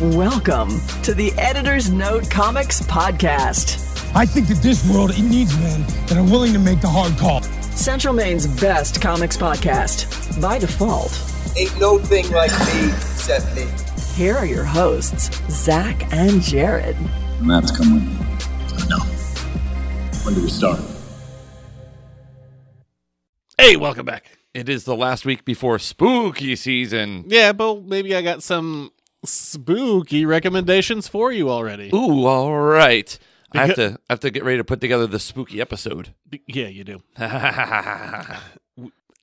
Welcome to the Editor's Note Comics Podcast, I think that this world it needs men that are willing to make the hard call. Central Maine's best comics podcast. By default, Ain't no thing like me, except me. here are your hosts, Zach and Jared. Maps come with me. No. When do we start? Hey, welcome back. It is the last week before spooky season. Yeah, but maybe I got some spooky recommendations for you already. Ooh, all right. I have Beca- to I have to get ready to put together the spooky episode. B- Yeah, you do. I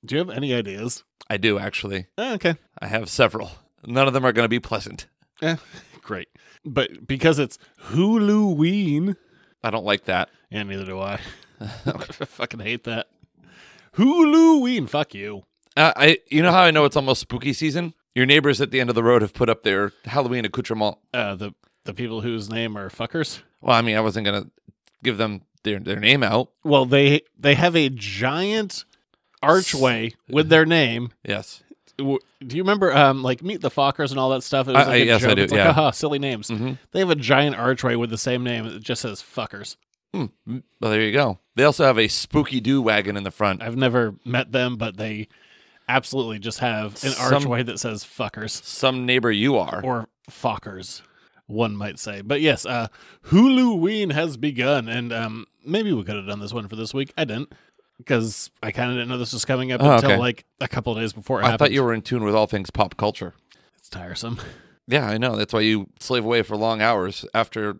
Do you have any ideas? do actually. Oh, okay. I have several. None of them are going to be pleasant. Eh, great. But because it's Huluween, I don't like that. and neither do I. I fucking hate that. Huluween, fuck you. Uh, I you know how I know it's almost spooky season? Your neighbors at the end of the road have put up their Halloween accoutrement. Uh, the the people whose name are fuckers. Well, I mean, I wasn't going to give them their their name out. Well, they they have a giant archway with their name Yes. w- do you remember um like meet the Fockers and all that stuff? It was I- like I- a yes, I joke. do, It's like, yeah. haha, silly names. Mhm. They have a giant archway with the same name. It just says Fuckers. Hmm. Well, there you go. They also have a spooky do wagon in the front. I've never met them, but they absolutely just have an Some- archway that says Fuckers Some neighbor you are. or Fockers, one might say. But yes, uh, Huluween has begun, and um, maybe we could have done this one for this week. I didn't because I kind of didn't know this was coming up Oh, until okay. like a couple of days before. It I happened. thought you were in tune with all things pop culture. It's tiresome. Yeah, I know. That's why you slave away for long hours after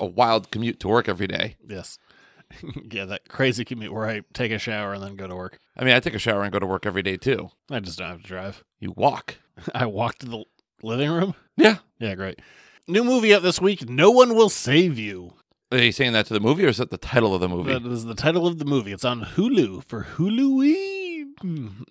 a wild commute to work every day. Yes. yeah, that crazy commute where I take a shower and then go to work. I mean, I take a shower and go to work every day too. I just don't have to drive. You walk. I walk to the living room. Yeah. Yeah, great. New movie out this week. No one will save you. Are you saying that to the movie or is that the title of the movie? That is the title of the movie. It's on Hulu for Huluween.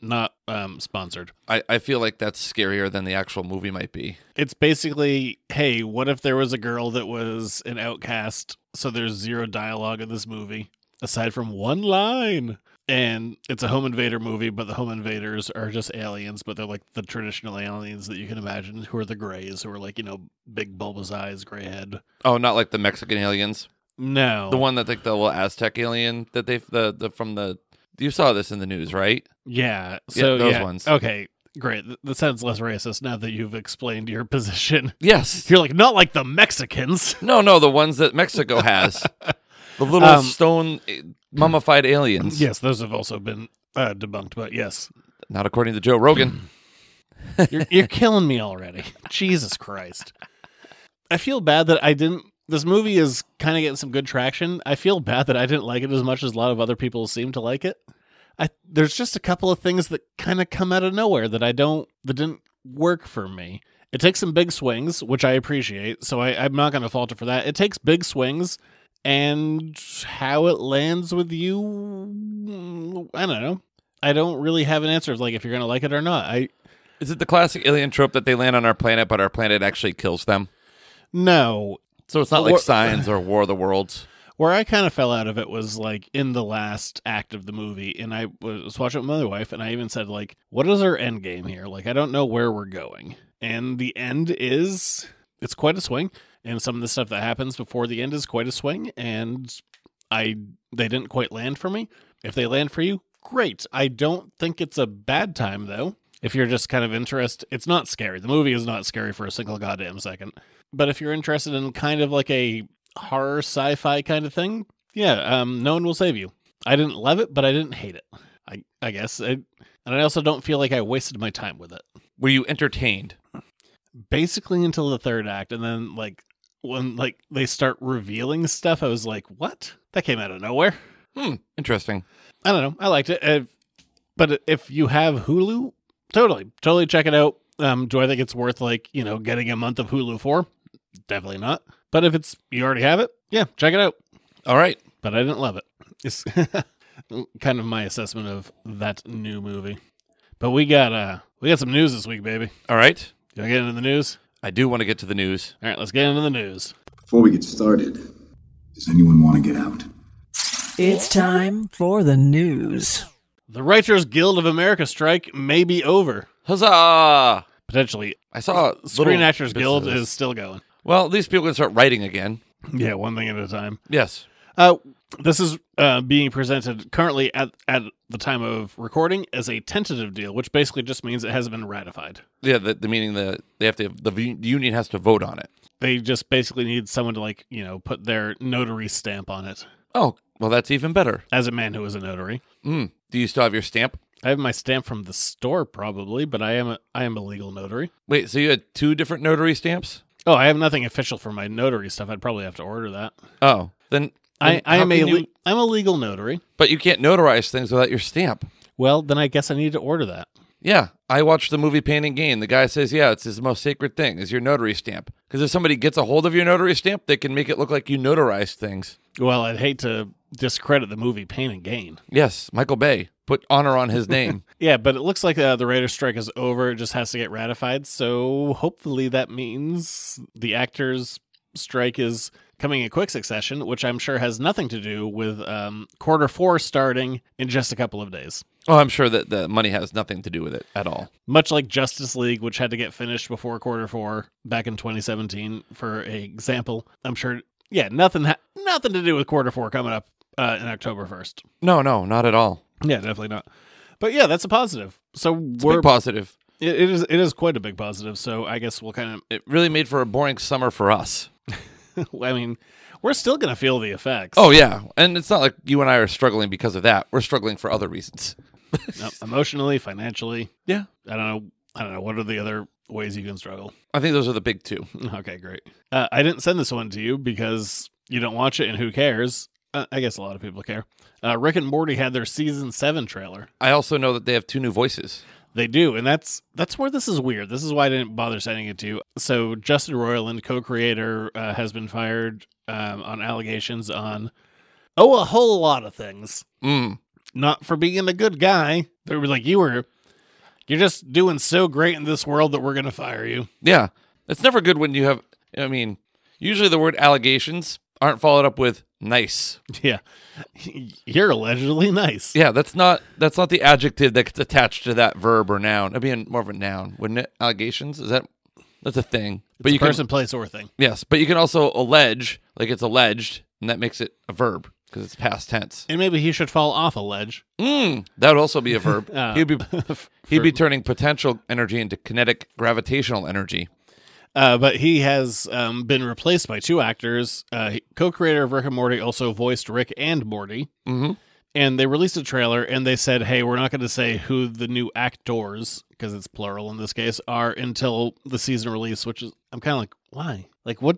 Not um, sponsored. I, I feel like that's scarier than the actual movie might be. It's basically, hey, what if there was a girl that was an outcast? So there's zero dialogue in this movie aside from one line. And it's a home invader movie, but the home invaders are just aliens, but they're like the traditional aliens that you can imagine, who are the grays, who are like, you know, big bulbous eyes, gray head. Oh, not like the Mexican aliens. No. The one that like the little Aztec alien that they the, the from the you saw this in the news, right? Yeah. So those yeah. ones. Okay. Great. Th- That sounds less racist now that you've explained your position. Yes. You're like, not like the Mexicans. No, no, the ones that Mexico has. the little Um, stone eh, mummified aliens. Yes, those have also been uh, debunked, but yes. Not according to Joe Rogan. You're, you're killing me already. Jesus Christ. I feel bad that I didn't. This movie is kind of getting some good traction. I feel bad that I didn't like it as much as a lot of other people seem to like it. I there's just a couple of things that kind of come out of nowhere that I don't that didn't work for me. It takes some big swings, which I appreciate, so I, I'm not going to fault it for that. It takes big swings, and how it lands with you, mm, I don't know. I don't really have an answer of like if you're going to like it or not. I Is it the classic alien trope that they land on our planet, but our planet actually kills them? No. So it's not War- like Signs or War of the Worlds. Where I kind of fell out of it was like in the last act of the movie, and I was watching it with my other wife, and I even said like, "What is our end game here? Like, I don't know where we're going." And the end is it's quite a swing, and some of the stuff that happens before the end is quite a swing, and I they didn't quite land for me. If they land for you, great. I don't think it's a bad time though. If you're just kind of interested, it's not scary. The movie is not scary for a single goddamn second. But if you're interested in kind of like a horror sci-fi kind of thing, yeah, um, no one will save you. I didn't love it, but I didn't hate it. I I guess, I, and I also don't feel like I wasted my time with it. Were you entertained? Basically, until the third act, and then like when like they start revealing stuff, I was like, what? That came out of nowhere. Hmm, interesting. I don't know. I liked it. If, but if you have Hulu, totally, totally check it out. Um, do I think it's worth like you know getting a month of Hulu for? Definitely not. But if it's you already have it, yeah, check it out. All right. But I didn't love it. It's kind of my assessment of that new movie. But we got uh we got some news this week, baby. All right. You want to get into the news? I do want to get to the news. All right, let's get into the news. Before we get started, does anyone want to get out? It's time for the news. The Writers Guild of America strike may be over. Huzzah! potentially I saw Screen little Actors bits Guild of this. is still going. Well, these people can start writing again. Yeah, one thing at a time. Yes. Uh, this is uh, being presented currently at at the time of recording as a tentative deal, which basically just means it hasn't been ratified. Yeah, the, the meaning that they have to the v- union has to vote on it. They just basically need someone to like you know put their notary stamp on it. Oh, well, that's even better. As a man who is a notary, Mm. Do you still have your stamp? I have my stamp from the store probably, but I am a, I am a legal notary. Wait, so you had two different notary stamps? Oh, I have nothing official for my notary stuff. I'd probably have to order that. Oh, then I, then I how am a can you- le- I'm a legal notary. but you can't notarize things without your stamp. Well, then I guess I need to order that. Yeah, I watched the movie Pain and Gain. The guy says, "Yeah, it's his most sacred thing is your notary stamp." Because if somebody gets a hold of your notary stamp, they can make it look like you notarized things. Well, I'd hate to discredit the movie Pain and Gain. Yes, Michael Bay put honor on his name. Yeah, but it looks like uh, the writer's strike is over. It just has to get ratified. So hopefully that means the actors' strike is coming in quick succession, which I'm sure has nothing to do with um, quarter four starting in just a couple of days. oh, I'm sure that the money has nothing to do with it at all. Much like Justice League, which had to get finished before quarter four back in 2017, for a example. I'm sure, yeah, nothing, ha- nothing to do with quarter four coming up uh, in October 1st. No, no, not at all. Yeah, definitely not. But yeah, that's a positive. So It's a we're big positive. It, it is it is quite a big positive. So I guess we'll kind It really made for a boring summer for us. of. I mean, we're still gonna feel the effects. Oh yeah, and it's not like you and I are struggling because of that. We're struggling for other reasons. No, emotionally, financially. Yeah, I don't know. I don't know. What are the other ways you can struggle? I think those are the big two. Okay, great. Uh, I didn't send this one to you because you don't watch it, and who cares? Uh, I guess a lot of people care. Uh, Rick and Morty had their season seven trailer. I also know that they have two new voices. They do, and that's that's where this is weird. This is why I didn't bother sending it to you. So Justin Roiland, co-creator, uh, has been fired um, on allegations on oh a whole lot of things. Mm. Not for being a good guy. They were like, you were, you're just doing so great in this world that we're gonna fire you. Yeah, it's never good when you have. I mean, usually the word allegations aren't followed up with nice. Yeah, you're allegedly nice. Yeah, that's not that's not the adjective that gets attached to that verb or noun. It'd be a- more of a noun, wouldn't it? Allegations is that that's a thing. But It's you person, can place, or thing. yes, but you can also allege like it's alleged, and that makes it a verb because it's past tense. And maybe he should fall off a ledge. Mm, that would also be a verb. Uh, he'd be he'd be turning potential energy into kinetic gravitational energy. Uh, but he has um, been replaced by two actors. Uh, he- co-creator of Rick and Morty also voiced Rick and Morty, hmm and they released a trailer and they said, "Hey, we're not going to say who the new actors, because it's plural in this case, are until the season release." Which is, I'm kind of like, why? Like, what?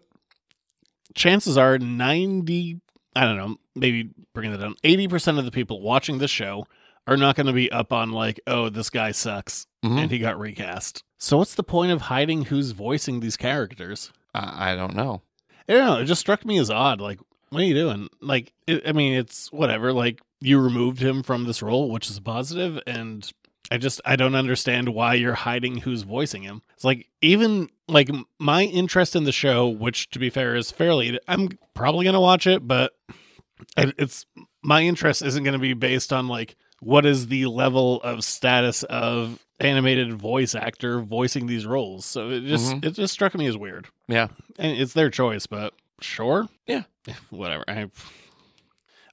Chances are ninety, I don't know, maybe bringing that down. Eighty percent of the people watching the show are not going to be up on like, "Oh, this guy sucks," Mhm. and he got recast. Mm-hmm. So what's the point of hiding who's voicing these characters? I, I don't know. I don't know. It just struck me as odd. Like, what are you doing? Like, it, I mean, it's whatever. Like, you removed him from this role, which is a positive, and I just I don't understand why you're hiding who's voicing him. It's like even like m- my interest in the show, which to be fair is fairly, I'm probably gonna watch it, but it- it's my interest isn't gonna be based on like what is the level of status of animated voice actor voicing these roles. So it just Mhm. it just struck me as weird. Yeah. And it's their choice, but sure. Yeah. Whatever. I...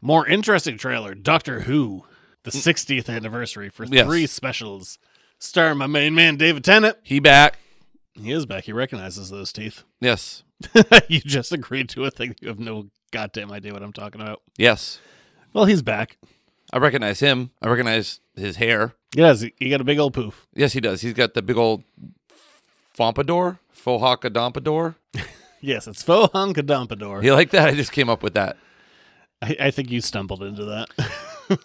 More interesting trailer Doctor Who, the 60th anniversary for Yes. three specials. Starring my main man, David Tennant. He back. He is back. He recognizes those teeth. Yes. you just agreed to a thing. You have no goddamn idea what I'm talking about. Yes. Well, he's back. I recognize him. I recognize his hair. Yes, he he got a big old poof. Yes, he does. He's got the big old fompador, fohakadompador. Yes, it's Fohan Kadampador. You like that? I just came up with that. I, I think you stumbled into that,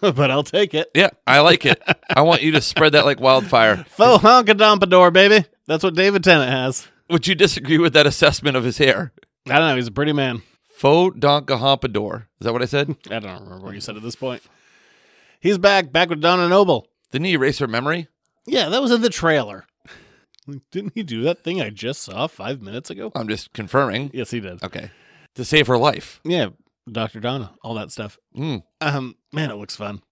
but I'll take it. Yeah, I like it. I want you to spread that like wildfire. Fohan Kadampador, baby. That's what David Tennant has. Would you disagree with that assessment of his hair? I don't know. He's a pretty man. Faux donkahampador. Is that what I said? I don't remember what you said at this point. He's back, back with Donna Noble. Didn't he erase her memory? Yeah, that was in the trailer. Didn't he do that thing I just saw five minutes ago? I'm just confirming. Yes, he did. Okay. To save her life. Yeah, Dr. Donna, all that stuff. Mm. Um, man, it looks fun.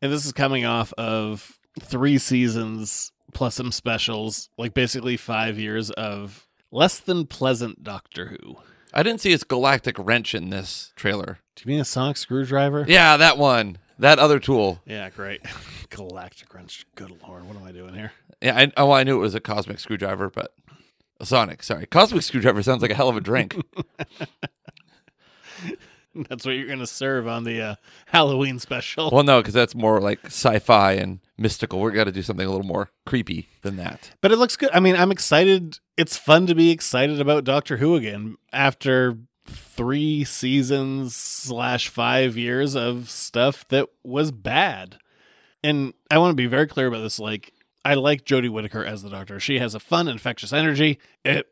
And this is coming off of three seasons plus some specials, like basically five years of less than pleasant Doctor Who. I didn't see his galactic wrench in this trailer. Do you mean a sonic screwdriver? Yeah, that one. That other tool. Yeah, great. Galactic wrench. Good lord, what am I doing here? Yeah, I, oh, I knew it was a cosmic screwdriver, but a sonic. Sorry, cosmic screwdriver sounds like a hell of a drink. That's what you're going to serve on the uh, Halloween special. well, no, because that's more like sci-fi and mystical. We're got to do something a little more creepy than that. But it looks good. I mean, I'm excited. It's fun to be excited about Doctor Who again after three seasons slash five years of stuff that was bad. And I want to be very clear about this. Like, I like Jodie Whittaker as the Doctor. She has a fun, infectious energy. It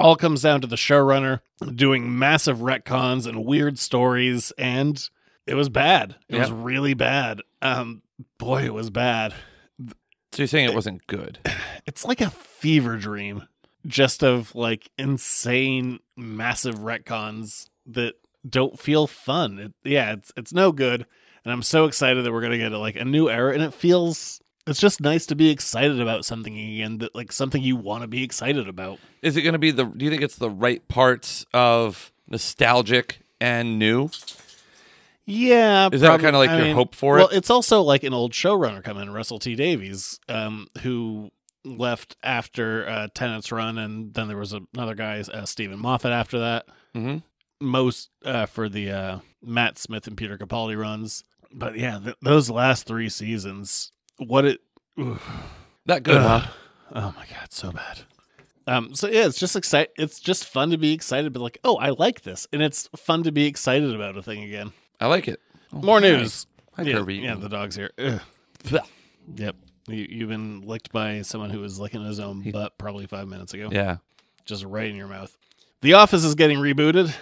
all comes down to the showrunner doing massive retcons and weird stories, and it was bad. It was Yeah. really bad. Um, boy, it was bad. So you're saying it wasn't good? It's like a fever dream, just of like insane, massive retcons that don't feel fun. It, yeah, it's it's no good, and I'm so excited that we're gonna get like a new era, and it feels. It's just nice to be excited about something again that like something you want to be excited about. Is it going to be the? Do you think it's the right parts of nostalgic and new? Yeah, Is that kinda like your hope for well, it? it's also like an old showrunner coming, in, Russell T Davies, um, who left after uh, Tenet's run, and then there was another guy, uh, Stephen Moffat, after that. Mhm. Most uh, for the uh, Matt Smith and Peter Capaldi runs, but yeah, th- those last three seasons, what it, That good? huh? Ugh. Oh my god, so bad. Um, so yeah, it's just excite. It's just fun to be excited, but like, oh, I like this, and it's fun to be excited about a thing again. I like it. Oh, More hi. news. Hi, yeah, Kirby. yeah, the dog's here. Ugh. Blech. Yep. You, you've been licked by someone who was licking his own butt probably five minutes ago. yeah. Just right in your mouth. The Office is getting rebooted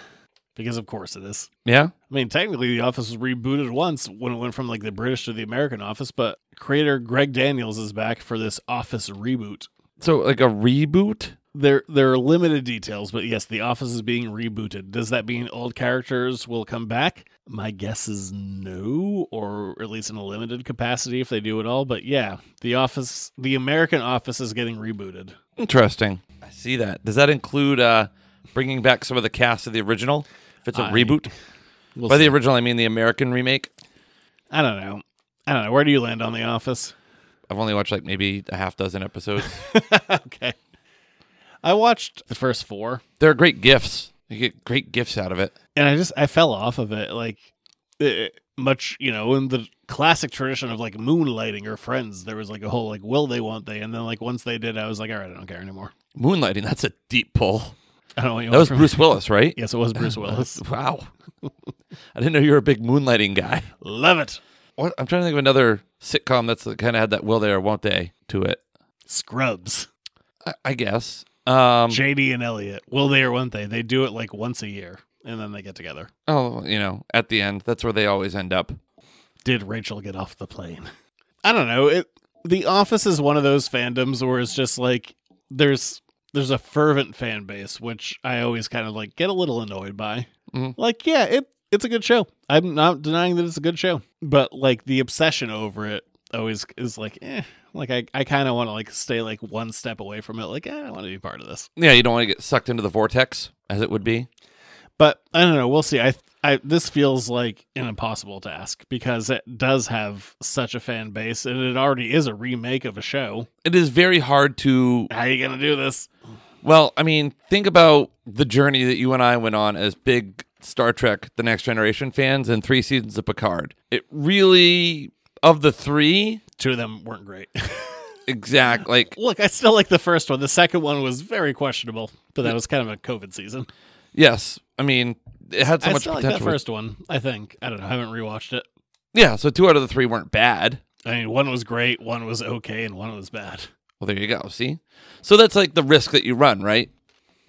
because, of course, it is. Yeah. I mean, technically, The Office was rebooted once when it went from like the British to the American Office, but creator Greg Daniels is back for this Office reboot. So like a reboot? There, there are limited details, but yes, The Office is being rebooted. Does that mean old characters will come back? My guess is no, or at least in a limited capacity if they do it all. But yeah, The Office, the American Office is getting rebooted. Interesting. I see that. Does that include uh bringing back some of the cast of the original? If it's a I- reboot. We'll By the see. original, I mean the American remake. I don't know. I don't know. Where do you land on The Office? I've only watched like maybe a half dozen episodes. okay. I watched the first four They're great gifts. You get great gifts out of it. and I just I fell off of it like eh, much, you know, in the classic tradition of like moonlighting or friends, there was like a whole like will they won't they and then like once they did I was like all right, I don't care anymore. Moonlighting, that's a deep pull. I don't want you That was from- Bruce Willis, right? Oh, Yes, it was Bruce Willis. Wow. I didn't know you were a big moonlighting guy. Love it. What I'm trying to think of another sitcom that's kind of had that will they or won't they to it. Scrubs. I, I guess. Um, JD and Elliot. Will they or won't they? They do it like once a year and then they get together. oh, you know, at the end, that's where they always end up. did Rachel get off the plane? I don't know. It The Office is one of those fandoms where it's just like there's there's a fervent fan base, which I always kind of like get a little annoyed by. Mhm. Like, yeah, it it's a good show. I'm not denying that it's a good show, but like the obsession over it always is like, eh. Like I, I kind of want to like stay like one step away from it. Like, eh, I don't want to be part of this. Yeah, you don't want to get sucked into the vortex, as it would be. but I don't know. We'll see. I, I, this feels like an impossible task because it does have such a fan base, and it already is a remake of a show. It is very hard to. How you gonna do this? Well, I mean, think about the journey that you and I went on as big Star Trek: The Next Generation fans and three seasons of Picard. It really, of the three, Two of them weren't great. exact like Look, I still like the first one. The second one was very questionable, but that was kind of a COVID season. yes. I mean, it had so I much still like potential. that first one. I think I don't know. I haven't rewatched it. Yeah, so two out of the three weren't bad. I mean, one was great, one was okay, and one was bad. Well, there you go. See, so that's like the risk that you run, right?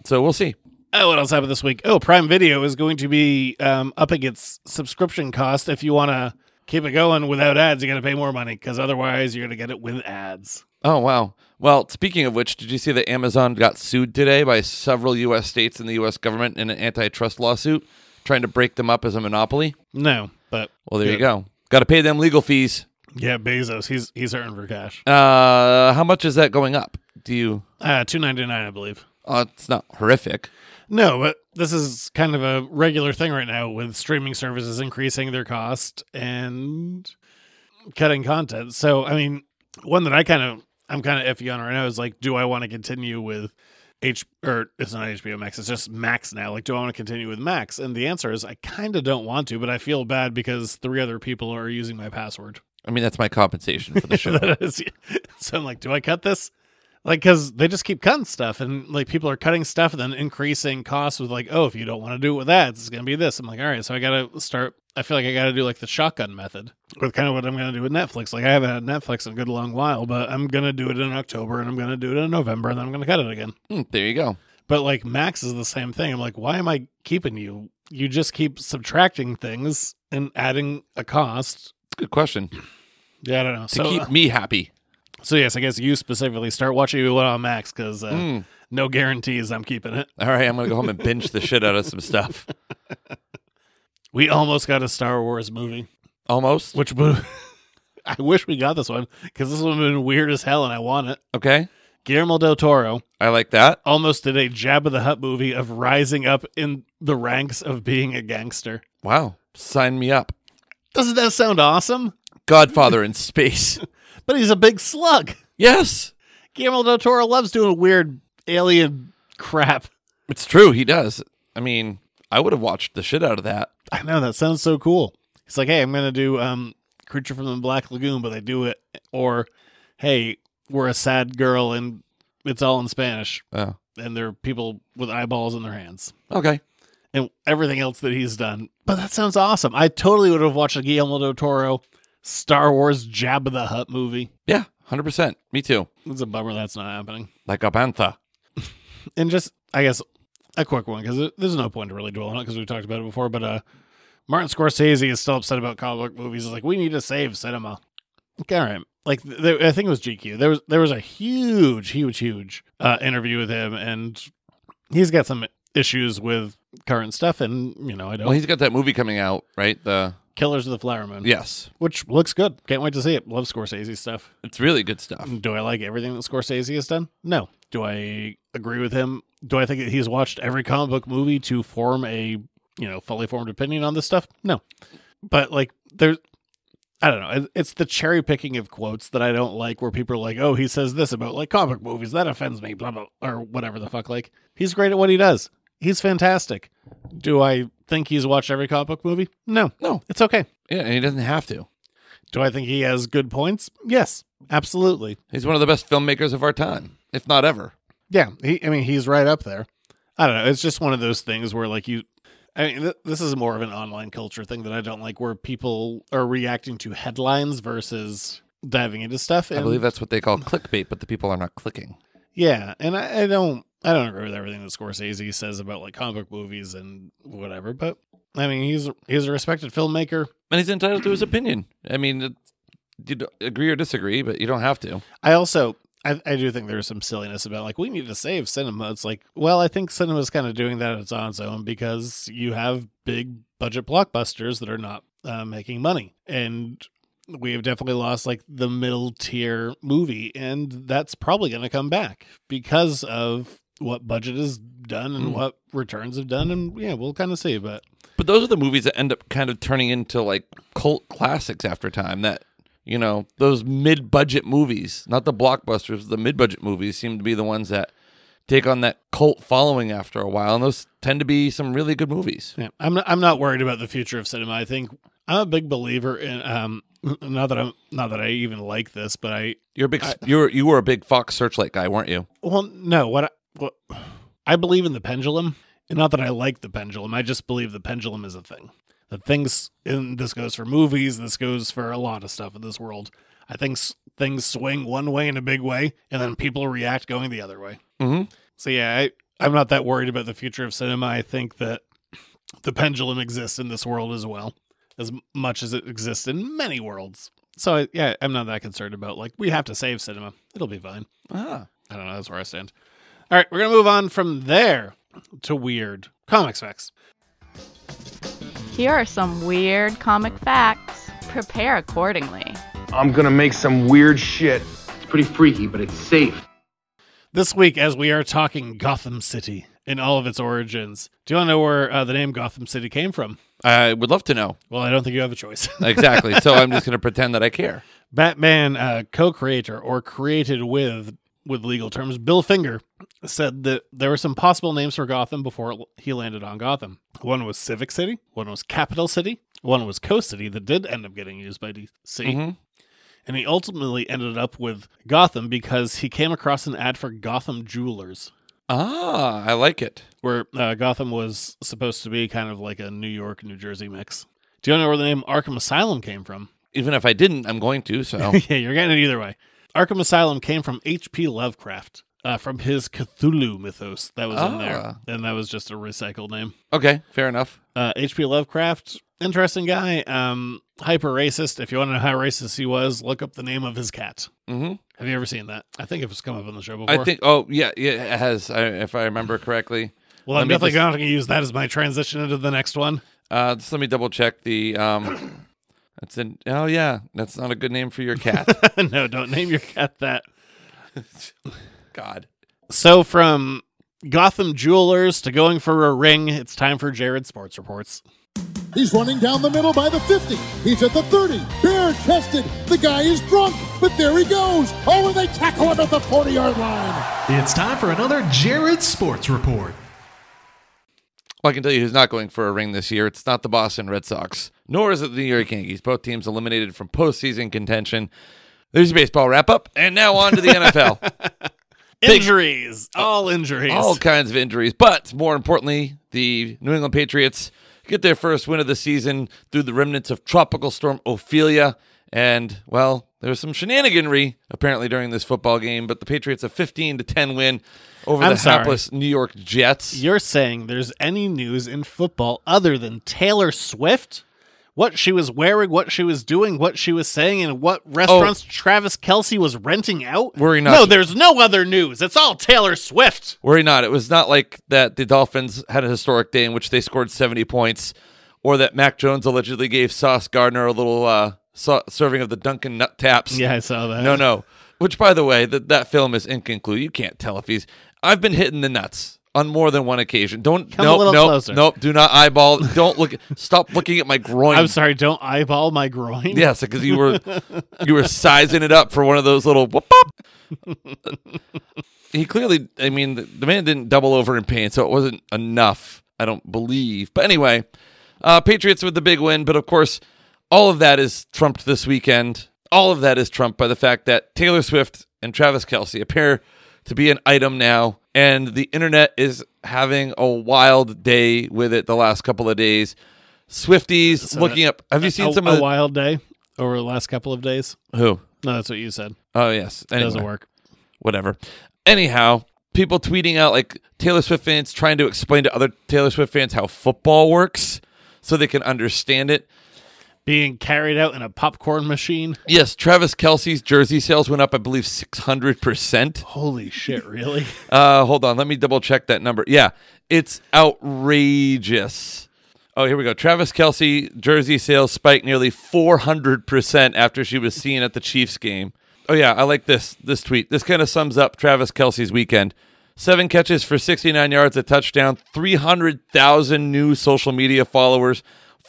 So we'll see. Oh, what else happened this week? Oh, Prime Video is going to be um, upping its subscription cost. If you want to keep it going without ads, you got to pay more money because otherwise you're going to get it with ads. Oh wow. Well, speaking of which, did you see that Amazon got sued today by several U.S. states and the U.S. government in an antitrust lawsuit, trying to break them up as a monopoly? No, but Well, there you go. Got to pay them legal fees. Yeah, Bezos. He's he's hurting for cash. Uh, how much is that going up? Do you? Uh, two ninety nine, I believe. Uh, it's not horrific. No, but this is kind of a regular thing right now with streaming services increasing their cost and cutting content. So, I mean, one that I kind of I'm kind of iffy on right now is like, do I want to continue with H or it's not HBO Max, it's just Max now. Like, do I want to continue with Max? And the answer is I kind of don't want to, but I feel bad because three other people are using my password. I mean, that's my compensation for the show. That is- so I'm like, do I cut this? Like, because they just keep cutting stuff, and like people are cutting stuff and then increasing costs with like, oh, if you don't want to do it with ads, it's gonna be this. I'm like, all right, so I gotta start. I feel like I gotta do like the shotgun method with kind of what I'm gonna do with Netflix. Like I haven't had Netflix in a good long while, but I'm gonna do it in October and I'm gonna do it in November and then I'm gonna cut it again. Hmm, there you go. But like Max is the same thing. I'm like, why am I keeping you? You just keep subtracting things and adding a cost. Good question. Yeah, I don't know. To So, uh, keep me happy. so yes, I guess you specifically start watching it on Max because uh, Mm. no guarantees I'm keeping it. All right, I'm gonna go home and binge the shit out of some stuff. We almost got a Star Wars movie, Almost. which mo- I wish we got this one because this one would have been weird as hell, and I want it. Okay. Guillermo del Toro I like that. almost did a Jabba the Hutt movie of rising up in the ranks of being a gangster. Wow. Sign me up. Doesn't that sound awesome? Godfather in space. But he's a big slug. Yes. Guillermo del Toro loves doing weird alien crap. It's true, he does. I mean, I would have watched the shit out of that. I know that sounds so cool. He's like, hey, I'm gonna do um Creature from the Black Lagoon, but they do it or hey, we're a sad girl and it's all in Spanish Oh. and they're people with eyeballs in their hands. Okay. And everything else that he's done. But that sounds awesome. I totally would have watched a Guillermo del Toro Star Wars Jabba the Hutt movie. Yeah, 100%. Me too. It's a bummer that's not happening. Like a panther. And just, I guess, a quick one because there's no point to really dwell on it because we talked about it before. But uh, Martin Scorsese is still upset about comic book movies. He's like, we need to save cinema. Like, all right. Like th- there, I think it was GQ. There was there was a huge, huge, huge uh, interview with him, and he's got some issues with current stuff. And you know, I don't. Well, he's got that movie coming out, right? The Killers of the Flower Moon. Yes. which looks good. Can't wait to see it. Love Scorsese stuff. It's really good stuff. Do I like everything that Scorsese has done? No. Do I agree with him? Do I think that he's watched every comic book movie to form a you know fully formed opinion on this stuff? No. But like there's I don't know. It- It's the cherry picking of quotes that I don't like, where people are like, "Oh, he says this about like comic movies. That offends me." Blah blah, or whatever the fuck. Like, he's great at what he does. He's fantastic. Do I think he's watched every comic book movie? No, No. it's okay. Yeah, and he doesn't have to. Do I think he has good points? Yes, absolutely. He's one of the best filmmakers of our time, if not ever. Yeah, he, I mean, he's right up there. I don't know. It's just one of those things where, like, you. I mean, th- this is more of an online culture thing that I don't like, where people are reacting to headlines versus diving into stuff. And, I believe that's what they call clickbait, but the people are not clicking. Yeah, and I, I don't, I don't agree with everything that Scorsese says about like comic book movies and whatever. But I mean, he's he's a respected filmmaker. And he's entitled to his opinion. I mean, it- you d- agree or disagree, but you don't have to. I also I, I do think there's some silliness about like we need to save cinema. It's like, well, I think cinema's kind of doing that it's on its own because you have big budget blockbusters that are not uh, making money, and we have definitely lost like the middle tier movie, and that's probably going to come back because of what budget is done and what returns have done, and yeah, we'll kind of see. But But those are the movies that end up kind of turning into like cult classics after time. That you know, those mid-budget movies, not the blockbusters, the mid-budget movies seem to be the ones that take on that cult following after a while, and those tend to be some really good movies. Yeah, I'm not, I'm not worried about the future of cinema. I think I'm a big believer in um not that I'm not that I even like this, but I You're a big, you were you were a big Fox Searchlight guy, weren't you? well no what I, what I believe in the pendulum, and not that I like the pendulum. I just believe the pendulum is a thing. That things and this goes for movies. This goes for a lot of stuff in this world. I think s- things swing one way in a big way, and then people react going the other way. Mm-hmm. So yeah, I, I'm not that worried about the future of cinema. I think that the pendulum exists in this world as well, as m- much as it exists in many worlds. So I, yeah, I'm not that concerned about like we have to save cinema. It'll be fine. Ah, I don't know. That's where I stand. All right, we're gonna move on from there to weird comics facts. Here are some weird comic facts. Prepare accordingly. I'm gonna make some weird shit. It's pretty freaky, but it's safe. This week, as we are talking Gotham City in all of its origins, do you want to know where uh, the name Gotham City came from? I would love to know. Well, I don't think you have a choice. Exactly. so I'm just going to pretend that I care. Batman uh, co-creator or created with with legal terms, Bill Finger said that there were some possible names for Gotham before it- he landed on Gotham. One was Civic City, one was Capital City, one was Coast City that did end up getting used by DC. Mhm. And he ultimately ended up with Gotham because he came across an ad for Gotham Jewelers Ah, I like it. where uh, Gotham was supposed to be kind of like a New York New Jersey mix. Do you know where the name Arkham Asylum came from? Even if I didn't, I'm going to. So yeah, you're getting it either way. Arkham Asylum came from H.P. Lovecraft, uh, from his Cthulhu mythos that was in there, Ah. and that was just a recycled name. okay, fair enough. Uh, H.P. Lovecraft, interesting guy, um, hyper racist. If you want to know how racist he was, look up the name of his cat. hmm Have you ever seen that? I think it was come up on the show before. I think. Oh yeah, yeah, it has. I, if I remember correctly. Well, I'm let me definitely just- going to use that as my transition into the next one. Uh, just let me double check the. Um, that's an. Oh yeah, that's not a good name for your cat. no, don't name your cat that. God. So from Gotham jewelers to going for a ring, it's time for Jared Sports Reports. He's running down the middle by the 50. He's at the 30. Bare chested. The guy is drunk, but there he goes. Oh, and they tackle him at the 40 yard line. It's time for another Jared Sports Report. Well, I can tell you who's not going for a ring this year. It's not the Boston Red Sox, nor is it the New York Yankees. Both teams eliminated from postseason contention. There's your baseball wrap up, and now on to the NFL. Injuries, all injuries. All kinds of injuries, but more importantly, the New England Patriots get their first win of the season through the remnants of Tropical Storm Ophelia. And well, there was some shenaniganry apparently during this football game, but the Patriots a 15 to 10 win over I'm the sorry. hapless New York Jets. You're saying there's any news in football other than Taylor Swift? What she was wearing, what she was doing, what she was saying, and what restaurants Travis Kelsey was renting out? Oh. Worry not. No, there's no other news. It's all Taylor Swift. Worry not. It was not like that the Dolphins had a historic day in which they scored 70 points or that Mac Jones allegedly gave Sauce Gardner a little uh, sa- serving of the Dunkin' Nut Taps. Yeah, I saw that. No, no. Which, by the way, that that film is inconclusive. You can't tell if he's. I've been hitting the nuts on more than one occasion. Don't. Come a nope, little nope, closer. nope. Do not eyeball. Don't look. stop looking at my groin. I'm sorry, don't eyeball my groin. Yes, because you were you were sizing it up for one of those little whoop whoop. he clearly, I mean, the, the man didn't double over in pain, so it wasn't enough. I don't believe. But anyway, uh, Patriots with the big win, but of course, all of that is trumped this weekend. All of that is trumped by the fact that Taylor Swift and Travis Kelsey appear to be an item now, and the internet is having a wild day with it the last couple of days. Swifties looking up. Have you seen a, some a of the, wild day over the last couple of days? who? No, that's what you said. Oh yes, It anyway, Doesn't work. Whatever. Anyhow, people tweeting out like Taylor Swift fans trying to explain to other Taylor Swift fans how football works so they can understand it. Being carried out in a popcorn machine. Yes, Travis Kelsey's jersey sales went up, I believe, six hundred percent. Holy shit, really? Uh, hold on, let me double check that number. Yeah, it's outrageous. Oh, here we go. Travis Kelsey jersey sales spiked nearly 400% after she was seen at the Chiefs game. Oh, yeah, I like this this tweet. This kind of sums up Travis Kelsey's weekend. Seven catches for 69 yards, a touchdown, 300,000 new social media followers,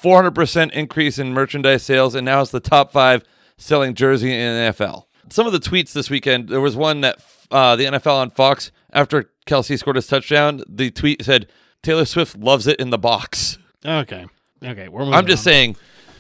400% increase in merchandise sales, and now it's the top five selling jersey in the NFL. Some of the tweets this weekend, there was one that uh, the NFL on Fox, after Kelsey scored his touchdown, the tweet said, Taylor Swift loves it in the box. okay. Okay, we're moving I'm just on. saying,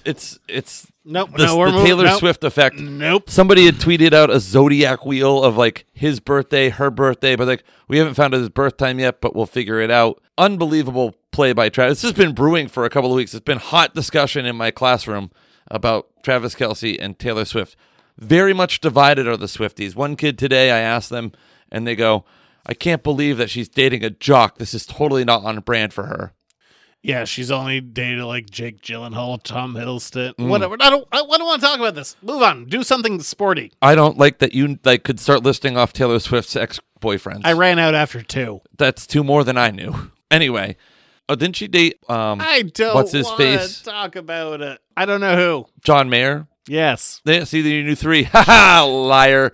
it's it's Nope, the, no, we're the moving- Taylor nope. Swift effect. Nope. Somebody had tweeted out a zodiac wheel of like his birthday, her birthday, but like we haven't found out his birth time yet, but we'll figure it out. Unbelievable play by Travis. This has been brewing for a couple of weeks. It's been hot discussion in my classroom about Travis Kelsey and Taylor Swift. Very much divided are the Swifties. One kid today, I asked them, and they go, "I can't believe that she's dating a jock. This is totally not on brand for her." Yeah, she's only dated like Jake Gyllenhaal, Tom Hiddleston, Mm. whatever. I don't. I, I don't want to talk about this. Move on. Do something sporty. I don't like that you like could start listing off Taylor Swift's ex boyfriends. I ran out after two. That's two more than I knew. Anyway, oh, didn't she date? Um, I don't. What's his wanna face? Talk about it. I don't know who. John Mayer. Yes. They see the new three. Ha ha, liar.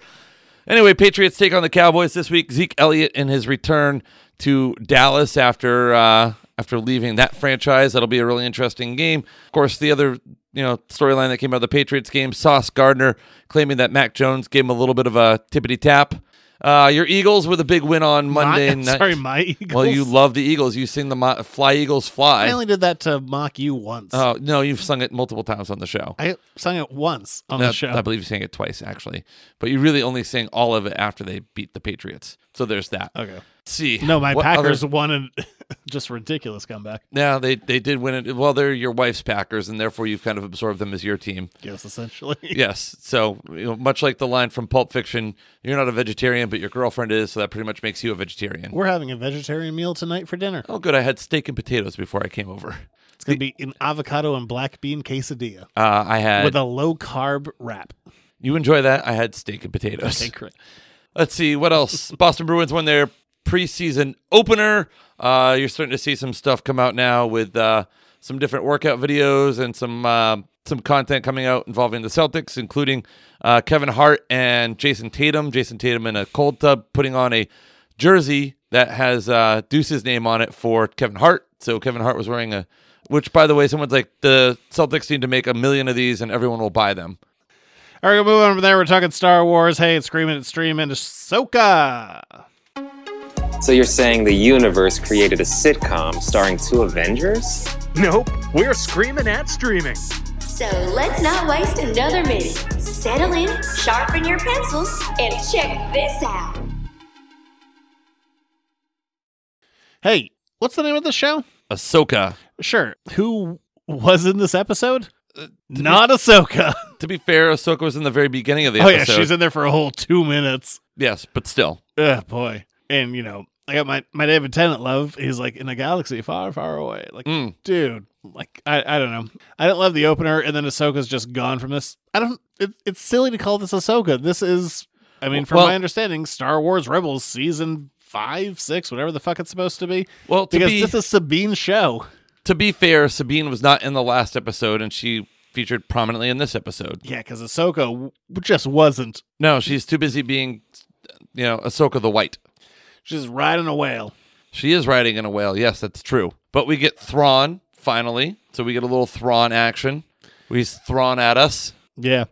Anyway, Patriots take on the Cowboys this week. Zeke Elliott in his return to Dallas after uh, after leaving that franchise. That'll be a really interesting game. Of course, the other you know storyline that came out of the Patriots game: Sauce Gardner claiming that Mac Jones gave him a little bit of a tippity tap. Uh, your Eagles with a big win on Monday my, night. Sorry, my Eagles. Well, you love the Eagles. You sing the mo- "Fly Eagles I Fly." only did that to mock you once. Oh no, you've sung it multiple times on the show. I sang it once on No, the show. I believe you sang it twice actually, but you really only sang all of it after they beat the Patriots. So there's that. Okay. see. No, my what Packers other- won and just ridiculous comeback. Yeah, they they did win it. Well, they're your wife's Packers, and therefore you've kind of absorbed them as your team. Yes, essentially. Yes. So you know, much like the line from Pulp Fiction, you're not a vegetarian, but your girlfriend is, so that pretty much makes you a vegetarian. We're having a vegetarian meal tonight for dinner. Oh, good. I had steak and potatoes before I came over. It's going to be an avocado and black bean quesadilla Uh, I had with a low carb wrap. you enjoy that. I had steak and potatoes. Okay, correct. Let's see what else. Boston Bruins won their preseason opener. Uh, you're starting to see some stuff come out now with uh, some different workout videos and some uh, some content coming out involving the Celtics, including uh, Kevin Hart and Jason Tatum. Jason Tatum in a cold tub putting on a jersey that has uh, Deuce's name on it for Kevin Hart. So Kevin Hart was wearing a. Which, by the way, someone's like the Celtics need to make a million of these and everyone will buy them. All right, we'll move on from there. We're talking Star Wars. Hey, it's Screaming, it's Streaming, Ahsoka. So you're saying the universe created a sitcom starring two Avengers? Nope, we're screaming at streaming. So let's not waste another minute. Settle in, sharpen your pencils, and check this out. Hey, what's the name of the show? Ahsoka. Sure. Who was in this episode? Not Ahsoka. To be fair, Ahsoka was in the very beginning of the Oh, yeah, episode. she's in there for a whole two minutes. Yes, but still. Oh boy. And you know, I got my my David Tennant love. He's like in a galaxy far, far away. Like, Mm. dude. Like I, I don't know. I didn't love the opener, and then Ahsoka's just gone from this. I don't. It, it's silly to call this Ahsoka. This is, I mean, from Well- my understanding, Star Wars Rebels season five, six, whatever the fuck it's supposed to be. Well, to because be, this is Sabine's show. to be fair, Sabine was not in the last episode, and she featured prominently in this episode. Yeah, because Ahsoka w- just wasn't. No, she's too busy being, you know, Ahsoka the White. She's riding a whale. She is riding in a whale. Yes, that's true. But we get Thrawn finally, so we get a little Thrawn action. He's Thrawn at us. Yeah.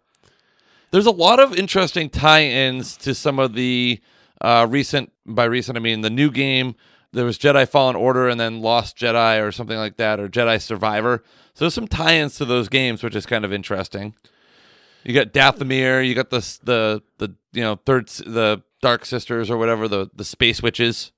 There's a lot of interesting tie-ins to some of the uh, recent. By recent, I mean the new game. There was Jedi Fallen Order and then Lost Jedi or something like that, or Jedi Survivor. So there's some tie-ins to those games, which is kind of interesting. You got Dathomir. You got the s- the the you know third s- the Dark Sisters or whatever the the space witches.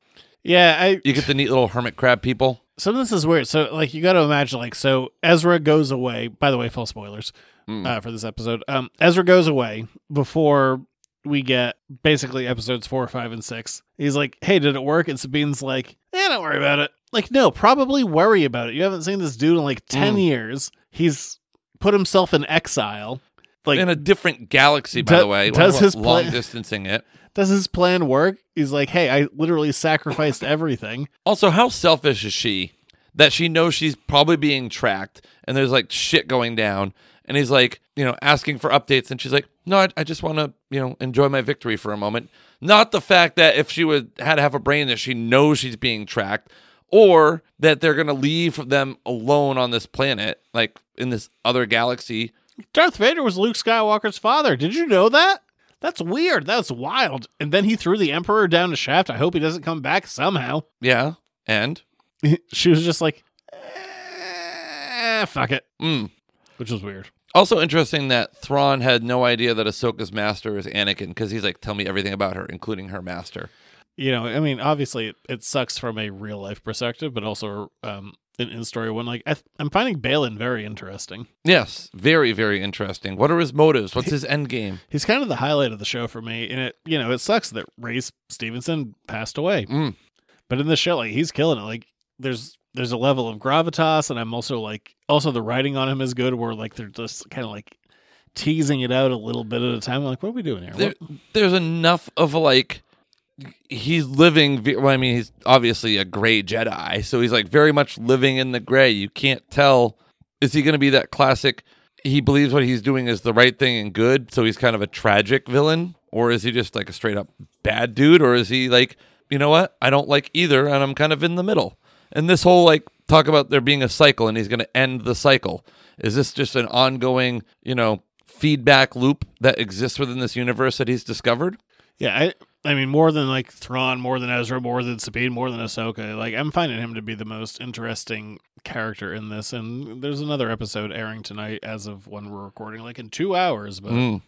Yeah, I You get the neat little hermit crab people. so this is weird. So like you got to imagine like so Ezra goes away. By the way, full spoilers Hmm. uh, for this episode. Um, Ezra goes away before we get basically episodes four, five, and six. He's like, "Hey, did it work?" And Sabine's like, "Yeah, don't worry about it." Like, no, probably worry about it. You haven't seen this dude in like Hmm. ten years. He's put himself in exile. Like, in a different galaxy, by Do- the way. does his long plan- distancing it? does his plan work? He's like, "Hey, I literally sacrificed everything." Also, how selfish is she that she knows she's probably being tracked and there's like shit going down? And he's like, you know, asking for updates. And she's like, no, I, I just want to, you know, enjoy my victory for a moment. Not the fact that if she would had to have a brain that she knows she's being tracked or that they're going to leave them alone on this planet, like in this other galaxy. Darth Vader was Luke Skywalker's father. Did you know that? That's weird. That's wild. And then he threw the Emperor down a shaft. I hope he doesn't come back somehow. Yeah. And she was just like, eh, fuck it. mm. Which was weird. also interesting that Thrawn had no idea that Ahsoka's master is Anakin because he's like, tell me everything about her, including her master. You know, I mean, obviously it, it sucks from a real life perspective, but also um, an in story one. Like, I th- I'm finding Balin very interesting. Yes, very, very interesting. What are his motives? What's his end game? He's kind of the highlight of the show for me. And it, you know, it sucks that Ray Stevenson passed away. Mm. But in the show, like he's killing it. Like there's there's a level of gravitas, and I'm also like also the writing on him is good. Where like they're just kind of like teasing it out a little bit at a time. like, what are we doing here? There, What- there's enough of like he's living. ve- Well, I mean, he's obviously a gray Jedi, so he's like very much living in the gray. You can't tell. Is he going to be that classic? he believes what he's doing is the right thing and good, so he's kind of a tragic villain, or is he just like a straight up bad dude, or is he like, you know what, I don't like either, and I'm kind of in the middle. And this whole like talk about there being a cycle, and he's going to end the cycle. Is this just an ongoing, you know, feedback loop that exists within this universe that he's discovered? Yeah, I I mean, more than like Thrawn, more than Ezra, more than Sabine, more than Ahsoka. Like, I'm finding him to be the most interesting character in this. And there's another episode airing tonight, as of when we're recording, like in two hours. But Mm.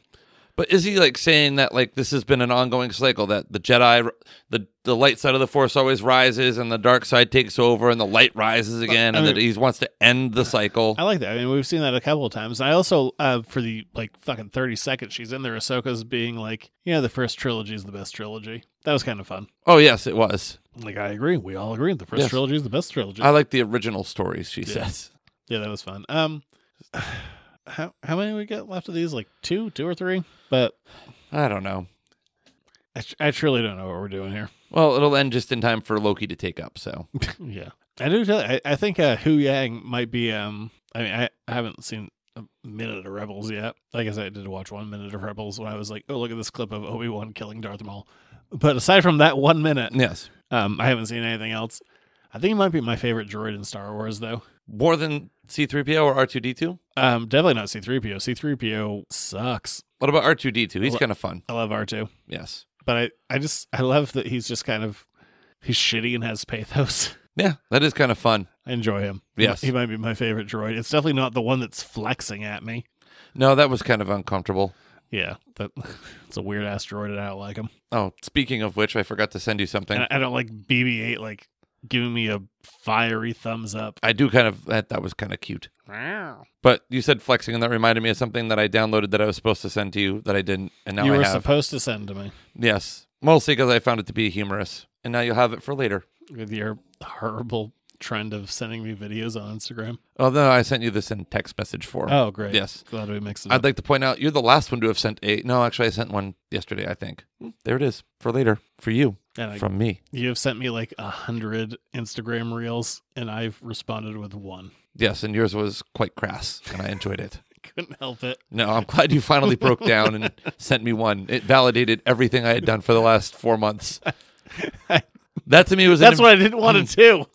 But is he like saying that like this has been an ongoing cycle that the Jedi, the the light side of the Force always rises and the dark side takes over and the light rises again I and mean- that he wants to end the cycle? I like that. I mean, we've seen that a couple of times. And I also, uh, for the like fucking 30 seconds she's in there, Ahsoka's being like, yeah, the first trilogy is the best trilogy. That was kind of fun. Oh yes, it was. Like, I agree. We all agree. The first Yes. Uh, trilogy is the best trilogy. I like the original stories. She Yeah. says. Yeah, that was fun. Um, how how many we got left of these? Like two, two or three? But I don't know. I, tr- I truly don't know what we're doing here. Well, it'll end just in time for Loki to take up. So yeah, I do. Tell I, I think uh, Hu Yang might be. Um, I mean, I, I haven't seen a minute of Rebels yet. I guess I did watch one minute of Rebels when I was like, oh, look at this clip of Obi Wan killing Darth Maul. But aside from that one minute, yes, um, I haven't seen anything else. I think he might be my favorite droid in Star Wars, though. more than C three PO or R two D two. Um, definitely not C-3PO. C-3PO sucks. What about R two D two? He's Well, kind of fun. I love R2. Yes. but I, I just I love that he's just kind of he's shitty and has pathos. Yeah, that is kind of fun. I enjoy him. Yes. he, might be my favorite droid. It's definitely not the one that's flexing at me. No, that was kind of uncomfortable. Yeah, that it's a weird ass droid, and I don't like him. Oh, speaking of which, I forgot to send you something. And I, I don't like BB-8 like giving me a fiery thumbs up. I do kind of that. That was kind of cute. Wow. But you said flexing, and that reminded me of something that I downloaded that I was supposed to send to you that I didn't, and now you I were have. supposed to send to me yes, mostly because I found it to be humorous, and now you'll have it for later. with your horrible trend of sending me videos on Instagram. Although I sent you this in text message form. Oh, great. Yes, glad we mixed it. I'd up. like to point out you're the last one to have sent a. No, actually, I sent one yesterday. I think Hmm, there it is for later for you And I- from me. You have sent me like a hundred Instagram reels, and I've responded with one. Yes, and yours was quite crass, and I enjoyed it. Couldn't help it. No, I'm glad you finally broke down and sent me one. It validated everything I had done for the last four months. That to me was an That's what I didn't want to do.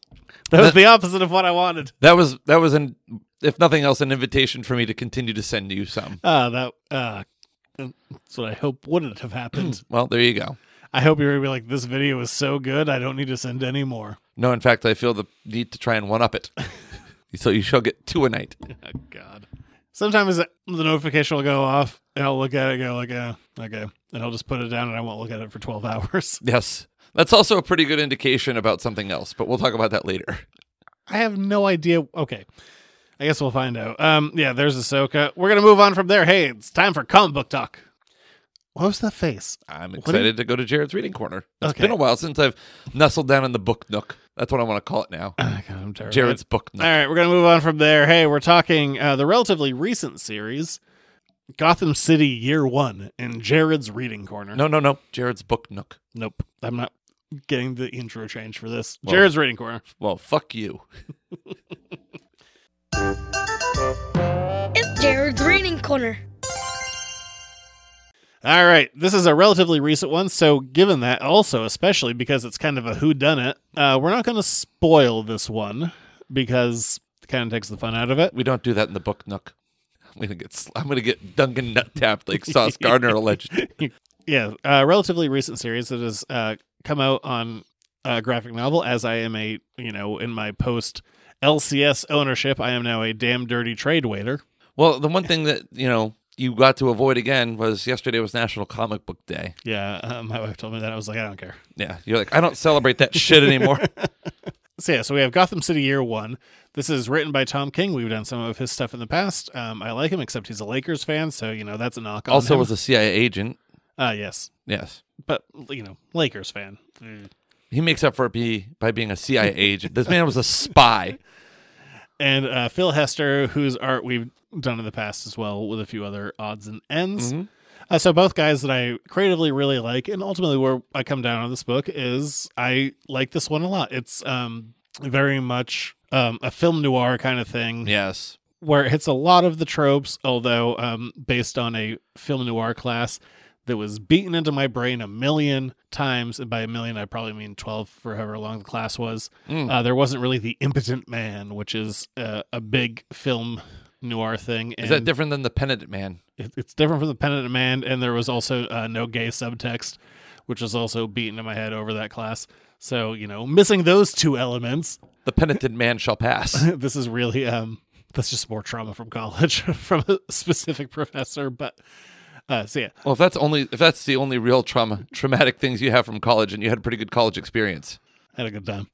That was That- the opposite of what I wanted. That was that was an if nothing else an invitation for me to continue to send you some. Ah, that uh, that's what I hope wouldn't have happened. Well, there you go. I hope you're gonna be like, this video is so good, I don't need to send any more. No, in fact, I feel the need to try and one up it. so you shall get two a night. Oh, God. Sometimes the notification will go off, and I'll look at it, and go like, uh, okay, and I'll just put it down, and I won't look at it for twelve hours. Yes. That's also a pretty good indication about something else, but we'll talk about that later. I have no idea. Okay. I guess we'll find out. Um, yeah, there's Ahsoka. We're gonna move on from there. Hey, it's time for comic book talk. What was that face? What I'm do you- excited to go to Jared's reading corner. It's Okay. been a while since I've nestled down in the book nook. That's what I want to call it now. God, I'm terrible. Jared's book nook. All right, we're going to move on from there. Hey, we're talking uh, the relatively recent series, Gotham City Year One, in Jared's Reading Corner. No, no, no. Jared's book nook. Nope. I'm not getting the intro change for this. Well- Jared's Reading Corner. Well, fuck you. It's Jared's Reading Corner. All right, this is a relatively recent one, so given that, also especially because it's kind of a whodunit, uh, we're not going to spoil this one because it kind of takes the fun out of it. We don't do that in the book nook. I'm gonna get sl- I'm gonna get Duncan nut tapped like Sauce Gardner alleged. yeah, uh, relatively recent series that has uh, come out on a graphic novel. As I am a you know in my post LCS ownership, I am now a damn dirty trade waiter. Well, the one thing that you know you got to avoid again was yesterday was National Comic Book Day. Yeah, uh, my wife told me that. I was like, I don't care. Yeah, you're like I don't celebrate that shit anymore. So yeah, so we have Gotham City Year One. This is written by Tom King. We've done some of his stuff in the past. Um, I like him, except he's a Lakers fan, so you know that's a knock. on also, him. was a CIA agent. uh, yes, Yes, but you know Lakers fan. he makes up for it be, by being a CIA agent. This man was a spy. and uh, Phil Hester, whose art we've done in the past as well, with a few other odds and ends. Uh, so both guys that I creatively really like, and ultimately where I come down on this book is I like this one a lot. It's um, very much um, a film noir kind of thing Yes, where it hits a lot of the tropes, although um, based on a film noir class that was beaten into my brain a million times. And by a million, I probably mean 12 for however long the class was. Mm. Uh, there wasn't really The Impotent Man, which is uh, a big film noir thing. Is that different than The Penitent Man? It, it's different from The Penitent Man. And there was also uh, no gay subtext, which was also beaten in my head over that class. So, you know, missing those two elements. The Penitent Man shall pass. this is really, um, that's just more trauma from college from a specific professor. But, uh, so yeah. Well, if that's only if that's the only real trauma traumatic things you have from college, and you had a pretty good college experience, had a good time.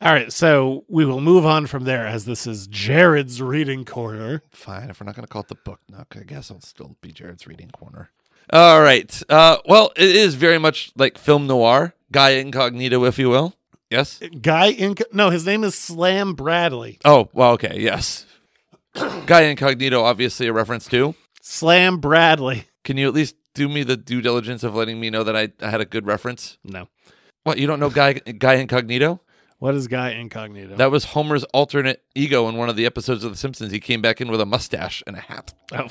All right, so we will move on from there as this is Jared's reading corner. Fine, if we're not going to call it the book nook, I guess it'll still be Jared's reading corner. All right. Uh, well, it is very much like film noir, guy incognito, if you will. Yes. Guy Inc. No, his name is Slam Bradley. Oh, well, okay, yes. guy incognito, obviously a reference to Slam Bradley. Can you at least do me the due diligence of letting me know that I, I had a good reference? No. What you don't know, guy guy incognito? What is guy incognito? That was Homer's alternate ego in one of the episodes of The Simpsons. He came back in with a mustache and a hat. Oh.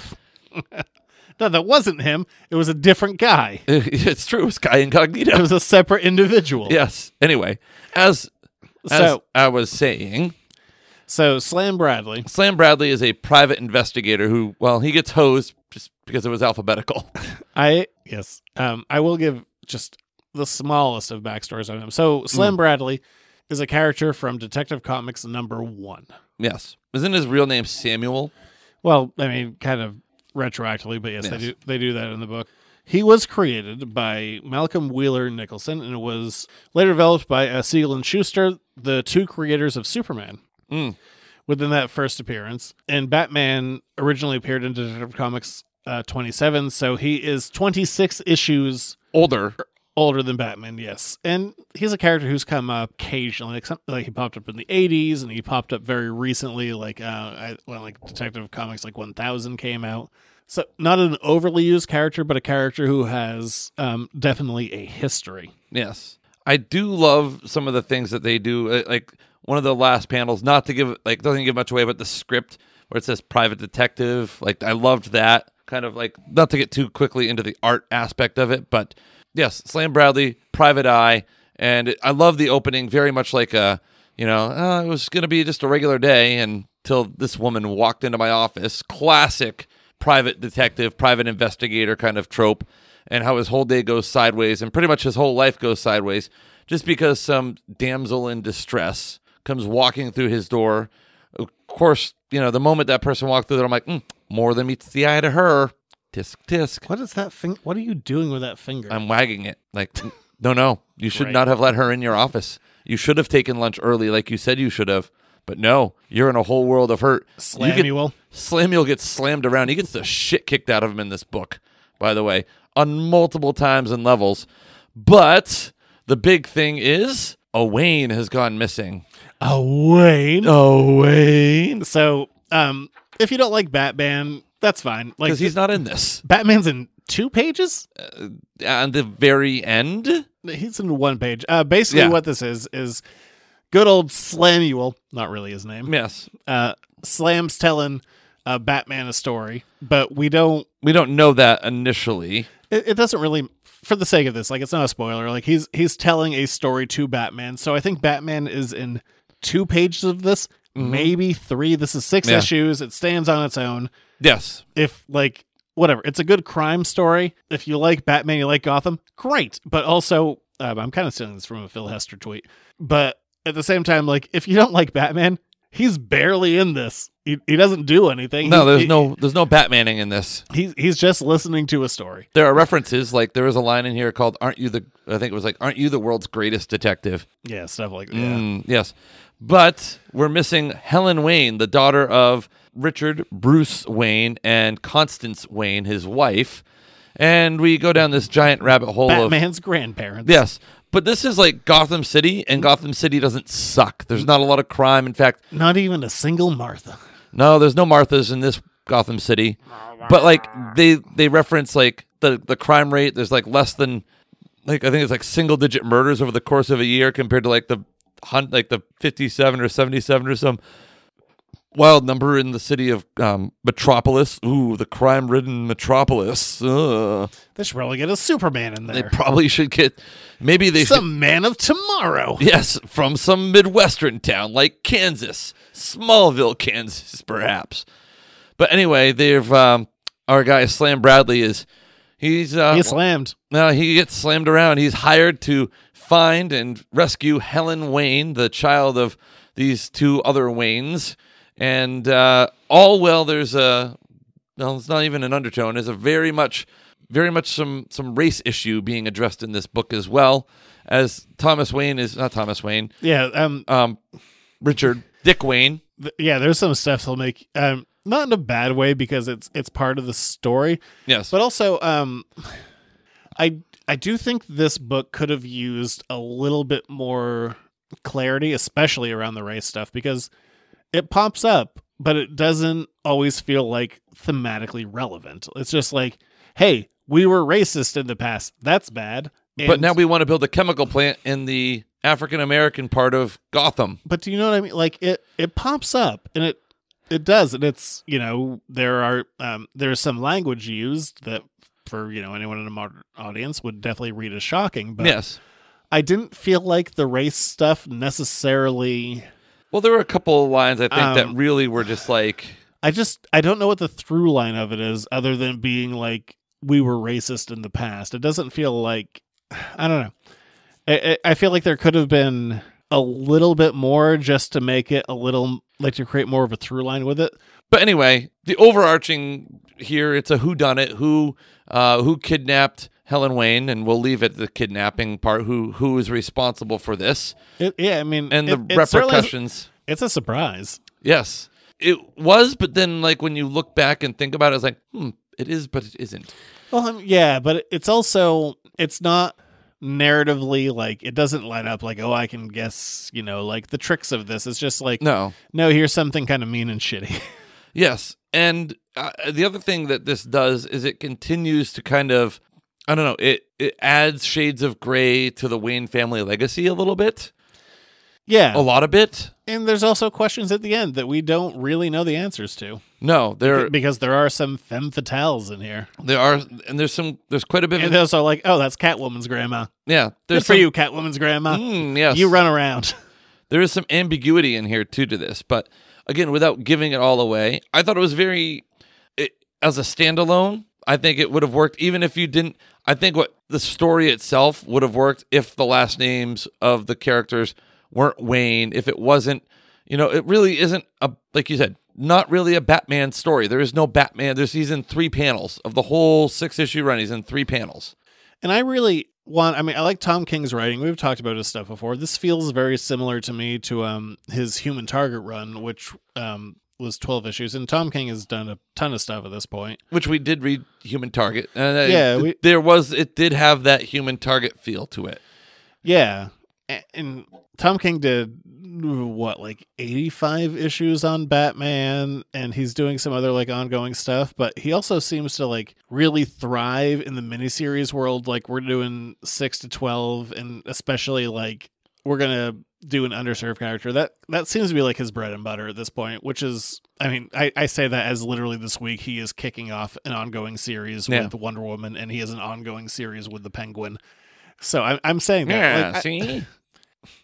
no, that wasn't him. It was a different guy. it's true. It was guy incognito. It was a separate individual. Yes. Anyway, as, as so, I was saying. So Slam Bradley. Slam Bradley is a private investigator who, well, he gets hosed just because it was alphabetical. I yes, um, I will give just the smallest of backstories on him. So Slim mm. Bradley is a character from Detective Comics number one. Yes, isn't his real name Samuel? Well, I mean, kind of retroactively, but yes, yes. they do they do that in the book. He was created by Malcolm Wheeler Nicholson and was later developed by uh, Siegel and Schuster, the two creators of Superman. Mm. Within that first appearance, and Batman originally appeared in Detective Comics uh, 27 so he is 26 issues older older than batman yes and he's a character who's come up occasionally like, some, like he popped up in the 80s and he popped up very recently like uh I, when like detective comics like 1000 came out so not an overly used character but a character who has um definitely a history yes i do love some of the things that they do uh, like one of the last panels not to give like doesn't give much away but the script where it says private detective like i loved that kind of like not to get too quickly into the art aspect of it, but yes, Slam Bradley, Private Eye, and it, I love the opening very much like a you know uh, it was gonna be just a regular day until this woman walked into my office. Classic private detective, private investigator kind of trope, and how his whole day goes sideways and pretty much his whole life goes sideways just because some damsel in distress comes walking through his door. Of course, you know, the moment that person walked through there, I'm like, mm, more than meets the eye to her. Tisk tisk. What is that thing? What are you doing with that finger? I'm wagging it. Like, no, no, you should right. not have let her in your office. You should have taken lunch early, like you said you should have. But no, you're in a whole world of hurt. Slamuel. Get, Slamuel gets slammed around. He gets the shit kicked out of him in this book, by the way, on multiple times and levels. But the big thing is, Owain has gone missing. Owain. Owain. So, um, if you don't like Batman, that's fine. Like he's not in this. Batman's in two pages. Uh, on the very end, he's in one page. Uh, basically, yeah. what this is is good old Slamuel, not really his name. Yes, uh, Slam's telling uh, Batman a story, but we don't we don't know that initially. It, it doesn't really, for the sake of this, like it's not a spoiler. Like he's he's telling a story to Batman, so I think Batman is in two pages of this maybe three. This is six Mm-hmm. yeah. issues. It stands on its own. Yes. If like whatever, it's a good crime story. If you like Batman, you like Gotham, great. But also, um, I'm kind of stealing this from a Phil Hester tweet. But at the same time, like if you don't like Batman, he's barely in this. He, he doesn't do anything. No, he, there's he, no there's no Batmaning in this. He's he's just listening to a story. There are references like there is a line in here called "Aren't you the?" I think it was like "Aren't you the world's greatest detective?" Yeah, stuff like that. Mm, yes, but we're missing Helen Wayne, the daughter of Richard Bruce Wayne and Constance Wayne, his wife. And we go down this giant rabbit hole Batman's of, grandparents. Yes. But this is like Gotham City, and Gotham City doesn't suck. There's not a lot of crime. In fact, not even a single Martha. No, there's no Marthas in this Gotham City. But like they they reference like the the crime rate. There's like less than like I think it's like single digit murders over the course of a year compared to like the hunt like the 57 or 77 or some wild number in the city of um, Metropolis. Ooh, the crime-ridden Metropolis. Ugh. They should probably get a Superman in there. They probably should get maybe they some man of tomorrow. Yes, from some midwestern town like Kansas, Smallville, Kansas, perhaps. But anyway, they've um, our guy Slam Bradley is he's uh, He's slammed. No, he gets slammed around. He's hired to find and rescue Helen Wayne, the child of these two other Waynes, and uh, all well. There's a no, it's not even an undertone. There's a very much, very much some some race issue being addressed in this book as well. As Thomas Wayne is not Thomas Wayne, Yeah, um, um, Richard Dick Wayne. th- yeah. There's some stuff that'll make um, not in a bad way because it's it's part of the story. Yes, But also, um, I I do think this book could have used a little bit more clarity, especially around the race stuff, because it pops up, but it doesn't always feel like thematically relevant. It's just like, hey, we were racist in the past. That's bad. but And- now we want to build a chemical plant in the African American part of Gotham. but do you know what I mean? Like it, it pops up and it, it does. And it's, you know, there are, um, there's some language used that for, you know, anyone in a modern audience would definitely read as shocking, but yes. I didn't feel like the race stuff necessarily. Well, there were a couple of lines I think that Um, really were just like I just I don't know what the through line of it is, other than being like we were racist in the past. It doesn't feel like I don't know. I, I I feel like there could have been a little bit more just to make it a little like to create more of a through line with it. But anyway, the overarching here it's a who done it, who uh, who kidnapped Helen Wayne, and we'll leave it the kidnapping part. Who who is responsible for this It- yeah, I mean, and it- the it certainly is- repercussions? It's a surprise. Yes, it was, but then like when you look back and think about it, it's like hmm, it is, but it isn't. Well, um, yeah, but it's also it's not narratively like it doesn't line up like oh I can guess you know like the tricks of this. It's just like No, no, here's something kind of mean and shitty. Yes. And uh, the other thing that this does is it continues to kind of, I don't know, it, it adds shades of gray to the Wayne family legacy a little bit, yeah, a lot of bit. and there's also questions at the end that we don't really know the answers to No, there because there are some femme fatales in here, there are, and there's some, there's quite a bit and of, they're also like oh that's Catwoman's grandma. yeah, Good there's for some- you, Catwoman's grandma. Mm, yes. You run around. there is some ambiguity in here too to this but again without giving it all away i thought it was very it, as a standalone i think it would have worked even if you didn't i think what the story itself would have worked if the last names of the characters weren't wayne if it wasn't you know it really isn't a like you said not really a batman story there is no batman there's he's in three panels of the whole six issue run he's in three panels And I really want I mean I like Tom King's writing. We've talked about his stuff before. This feels very similar to me to um his Human Target run which um was 12 issues and Tom King has done a ton of stuff at this point. which we did read human target and uh, Yeah, th- we- there was it did have that human target feel to it Yeah. A- And Tom King did what like 85 issues on Batman and he's doing some other like ongoing stuff, but he also seems to like really thrive in the miniseries world like we're doing 6 to 12 and especially like we're going to do an underserved character. That that seems to be like his bread and butter at this point, which is I mean, I, I say that as literally this week he is kicking off an ongoing series Yeah. with Wonder Woman and he has an ongoing series with the Penguin. So I'm I'm saying that like, I- see?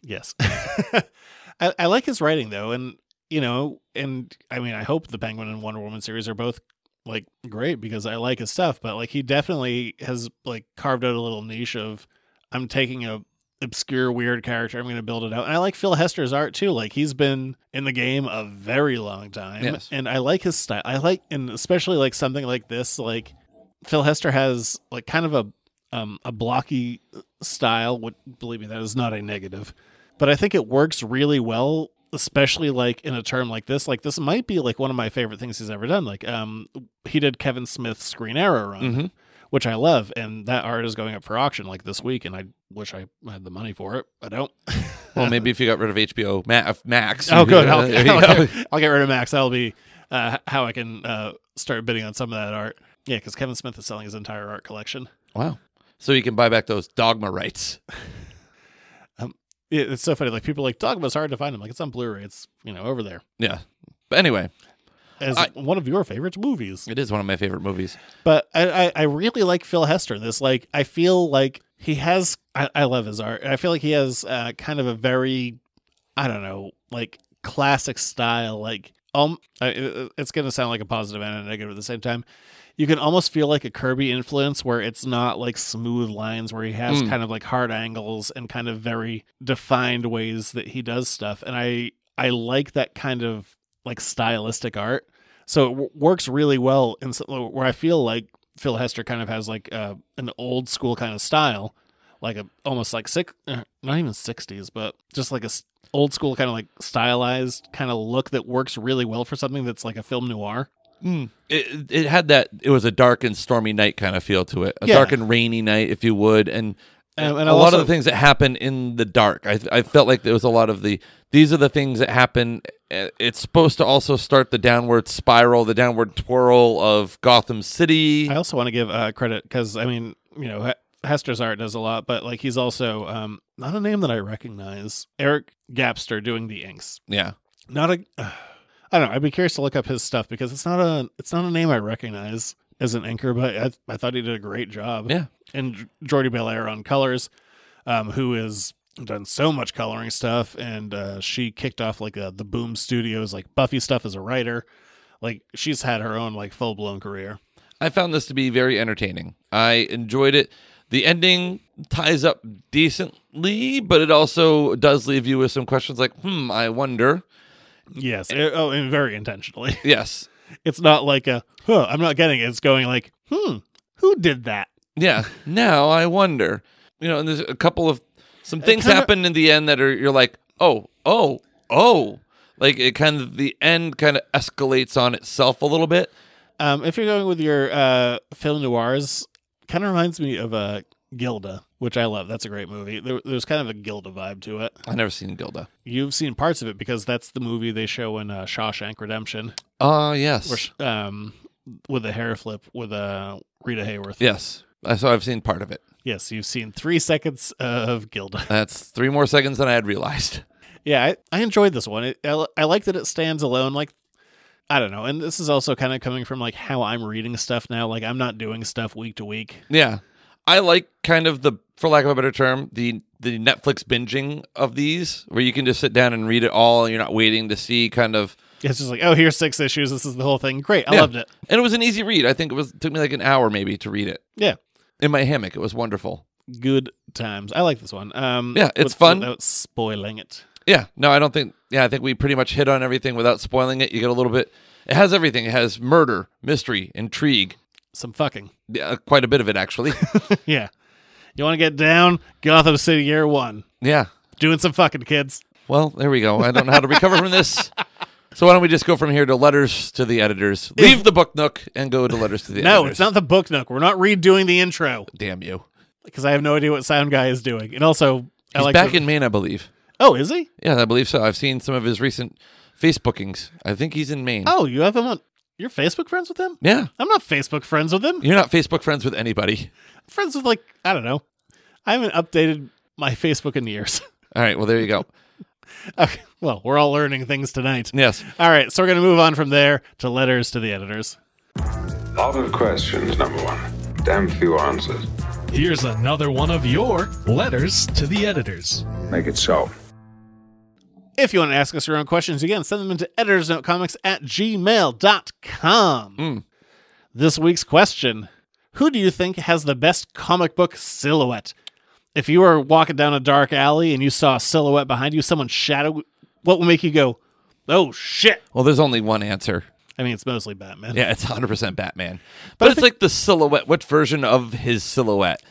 Yes. I, I like his writing though, and you know, and I mean I hope the Penguin and Wonder Woman series are both like great because I like his stuff, but like he definitely has like carved out a little niche of I'm taking a obscure weird character, I'm gonna build it out. And I like Phil Hester's art too. Like he's been in the game a very long time. Yes. And I like his style. I like and especially like something like this, like Phil Hester has like kind of a um a blocky style, which believe me, that is not a negative but I think it works really well, especially like in a term like this. Like this might be like one of my favorite things he's ever done. Like um, he did Kevin Smith's Green Arrow run, Mhm. which I love, and that art is going up for auction like this week, and I wish I had the money for it. I don't. Well, maybe if you got rid of HBO Ma- of Max. oh, good. I'll, There you I'll, go. get, I'll get rid of Max. That'll be uh, how I can uh, start bidding on some of that art. Yeah, because Kevin Smith is selling his entire art collection. Wow. So you can buy back those dogma rights. Yeah, It's so funny. Like people are like Dogma's hard to find. I'm like it's on Blu-ray. It's you know over there. Yeah. But anyway, as I- one of your favorite movies. it is one of my favorite movies. But I, I, I really like Phil Hester. This like I feel like he has I, I love his art. I feel like he has uh, kind of a very I don't know like classic style. Like um, I, it- it's gonna sound like a positive and a negative at the same time. You can almost feel like a Kirby influence where it's not like smooth lines where he has Mm. kind of like hard angles and kind of very defined ways that he does stuff. And I I like that kind of like stylistic art so it w- works really well in so- where I feel like Phil Hester kind of has like uh, an old school kind of style, like a almost like six, uh, not even sixties, but just like a s- old school kind of like stylized kind of look that works really well for something that's like a film noir. It, it had that. It was a dark and stormy night kind of feel to it. A Yeah. dark and rainy night, if you would, and. And- And, and a lot also- of the things that happen in the dark, I, I felt like there was a lot of the. These are the things that happen. Uh, It's supposed to also start the downward spiral, the downward twirl of Gotham City. I also want to give uh, credit because I mean, you know, He- Hester's art does a lot, but like he's also um, not a name that I recognize. Eric Gapster doing the inks. yeah, not a I don't know. I'd be curious to look up his stuff because it's not a it's not a name I recognize as an anchor, but I, I thought he did a great job. Yeah. And J- Jordi Belair on colors, um, who has done so much coloring stuff, and uh, she kicked off like uh the Boom Studios like Buffy stuff as a writer. Like she's had her own like full blown career. I found this to be very entertaining. I enjoyed it. The ending ties up decently, but it also does leave you with some questions like, hmm, I wonder. Yes. eh, oh, and very intentionally. Yes. it's not like a huh, I'm not getting it. It's going like hmm, who did that? Yeah. Now I wonder. You know, and there's a couple of some things kinda- happen in the end that are you're like, oh, oh, oh. Like it kind of the end kind of escalates on itself a little bit. Um, if you're going with your uh, film noirs, kind of reminds me of uh, Gilda, which I love. That's a great movie. There, there's kind of a Gilda vibe to it. I've never seen Gilda. You've seen parts of it because that's the movie they show in uh, Shawshank Redemption, Ah, where, yes. sh- um, with the hair flip with uh, Rita Hayworth. Yes. I so I've seen part of it. Yes, you've seen three seconds of Gilda. That's three more seconds than I had realized. Yeah, I, I enjoyed this one. It, I, I like that it stands alone. Like, I don't know. And this is also kind of coming from like how I'm reading stuff now. Like, I'm not doing stuff week to week. Yeah. I like kind of the for lack of a better term, the the Netflix binging of these where you can just sit down and read it all and you're not waiting to see kind of It's just like, oh, here's six issues. This is the whole thing. Great. I Yeah. loved it. And it was an easy read. I think it was took me like an hour maybe to read it. Yeah. In my hammock. It was wonderful. Good times. I like this one. Um, Yeah, it's fun. Without spoiling it. Yeah. No, I don't think yeah, I think we pretty much hit on everything without spoiling it. You get a little bit it has everything. It has murder, mystery, intrigue. Some fucking. Yeah, uh, quite a bit of it actually. yeah. You want to get down? Gotham City Year One. yeah. Doing some fucking kids. Well, there we go. I don't know how to recover from this. So why don't we just go from here to letters to the editors? Leave the book nook and go to letters to the editors. no, it's not the book nook. We're not redoing the intro Damn you. because I have no idea what Sound Guy is doing. And also, I He's like. back the- in Maine, I believe. oh, is he? Yeah, I believe so. I've seen some of his recent Facebookings. I think he's in Maine. Oh, you have him on. You're Facebook friends with him? Yeah. I'm not Facebook friends with him. You're not Facebook friends with anybody. I'm friends with like I don't know. I haven't updated my Facebook in years. All right, well, there you go. okay. Well, we're all learning things tonight. Yes. All right, so we're going to move on from there to letters to the editors. Lot of questions, number one. Damn few answers. Here's another one of your letters to the editors. Make it so. If you want to ask us your own questions, again, send them into editorsnotecomics at gmail.com. Mm. This week's question Who do you think has the best comic book silhouette? If you were walking down a dark alley and you saw a silhouette behind you, someone's shadow, what would make you go, oh shit? Well, there's only one answer. I mean, it's mostly Batman. Yeah, it's 100% Batman. I But, it's think- like the silhouette. What version of his silhouette?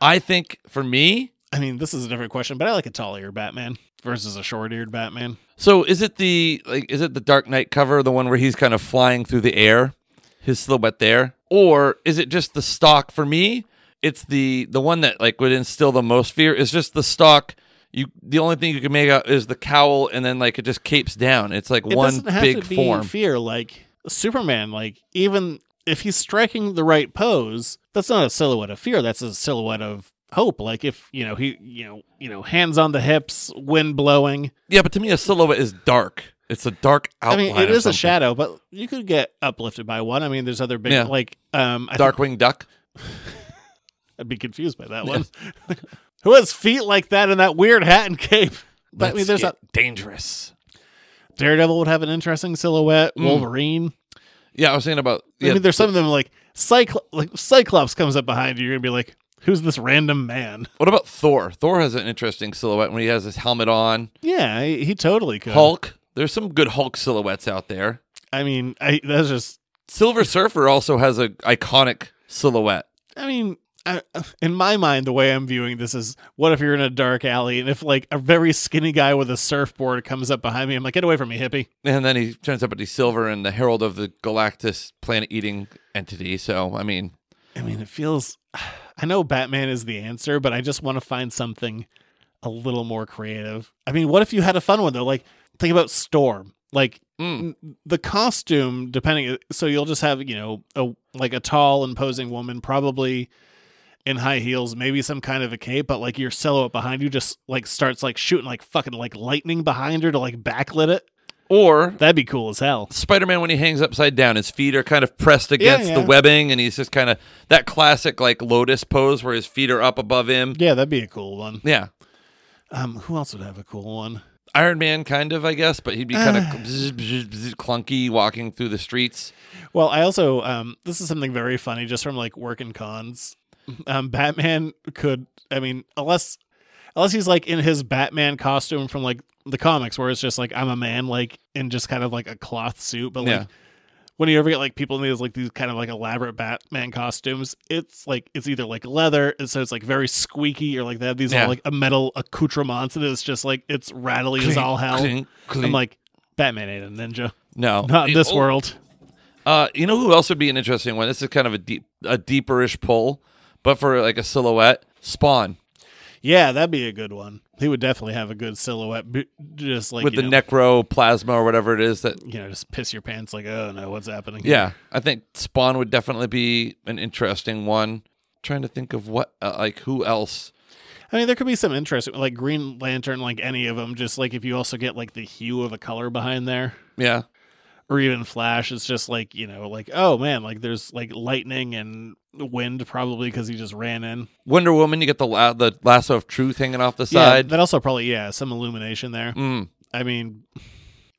I think for me, I mean, this is a different question, but I like a tall eared Batman versus a short eared Batman. so is it the like is it the Dark Knight cover, the one where he's kind of flying through the air, his silhouette there? Or is it just the stock for me? It's the the one that like would instill the most fear is just the stock. You the only thing you can make out is the cowl and then like it just capes down. It's like it one doesn't have big to be form. fear like superman like even if he's striking the right pose that's not a silhouette of fear that's a silhouette of hope like if you know he you know you know hands on the hips wind blowing Yeah, but to me, a silhouette is dark. It's a dark I outline. mean, it of is a something. shadow, but you could get uplifted by one. I mean, there's other big Yeah. like um I think- Darkwing Duck. I'd be confused by that one. Who has feet like that and that weird hat and cape? But, I mean, Let's there's get a dangerous. Daredevil would have an interesting silhouette. Mm. Wolverine. Yeah, I was thinking about. Yeah, I mean, there's some of them like, Cyclo- like Cyclops comes up behind you. You're gonna be like, "Who's this random man?" what about Thor? Thor has an interesting silhouette when he has his helmet on. Yeah, he, he totally could. Hulk. There's some good Hulk silhouettes out there. I mean, I that's just. Silver Surfer also has a iconic silhouette. I mean, I, in my mind, the way I'm viewing this is, what if you're in a dark alley and if like a very skinny guy with a surfboard comes up behind me? I'm like, "Get away from me, hippie!" And then he turns up at the Silver and the Herald of the Galactus planet eating entity. So, I mean, I mean, it feels. I know Batman is the answer, but I just want to find something a little more creative. I mean, what if you had a fun one though? Like, think about Storm. Like Mm. n- the costume, depending. uh, So you'll just have you know a like a tall, imposing woman, probably in high heels, maybe some kind of a cape, but like your silhouette behind you just like starts like shooting like fucking like lightning behind her to like backlit it. or That'd be cool as hell. Spider Man when he hangs upside down, his feet are kind of pressed against yeah. the webbing and he's just kind of that classic like lotus pose where his feet are up above him. Yeah, that'd be a cool one. Yeah. Um, who else would have a cool one? Iron Man, kind of, I guess, but he'd be kind of clunky walking through the streets. Well, I also um this is something very funny just from like work and cons. Mm-hmm. Um Batman could I mean, unless unless he's like in his Batman costume from like the comics where it's just like I'm a man like in just kind of like a cloth suit, but like Yeah. when you ever get like people in these like these kind of like elaborate Batman costumes, it's like it's either like leather, and so it's like very squeaky, or like they have these Yeah. all like a metal accoutrements, and it's just like it's rattly as Clink, all hell. clink, I'm clink. like, Batman ain't a ninja. No, Not in this Oh, world. Uh, you know who else would be an interesting one? This is kind of a deep, a deeperish pull, but for like a silhouette, Spawn Yeah, that'd be a good one. He would definitely have a good silhouette, b- just like with you the know, necroplasma or whatever it is that. You know, just piss your pants like, oh no, what's happening? here?" Yeah, I think Spawn would definitely be an interesting one. Trying to think of what, uh, like, who else? I mean, there could be some interesting, like Green Lantern, like any of them. Just like if you also get like the hue of a color behind there, Yeah, or even Flash, it's just like you know, like oh man, like there's like lightning and wind probably because he just ran in. Wonder Woman. You get the la- the lasso of truth hanging off the Yeah, side. that also probably yeah, some illumination there. Mm. I mean,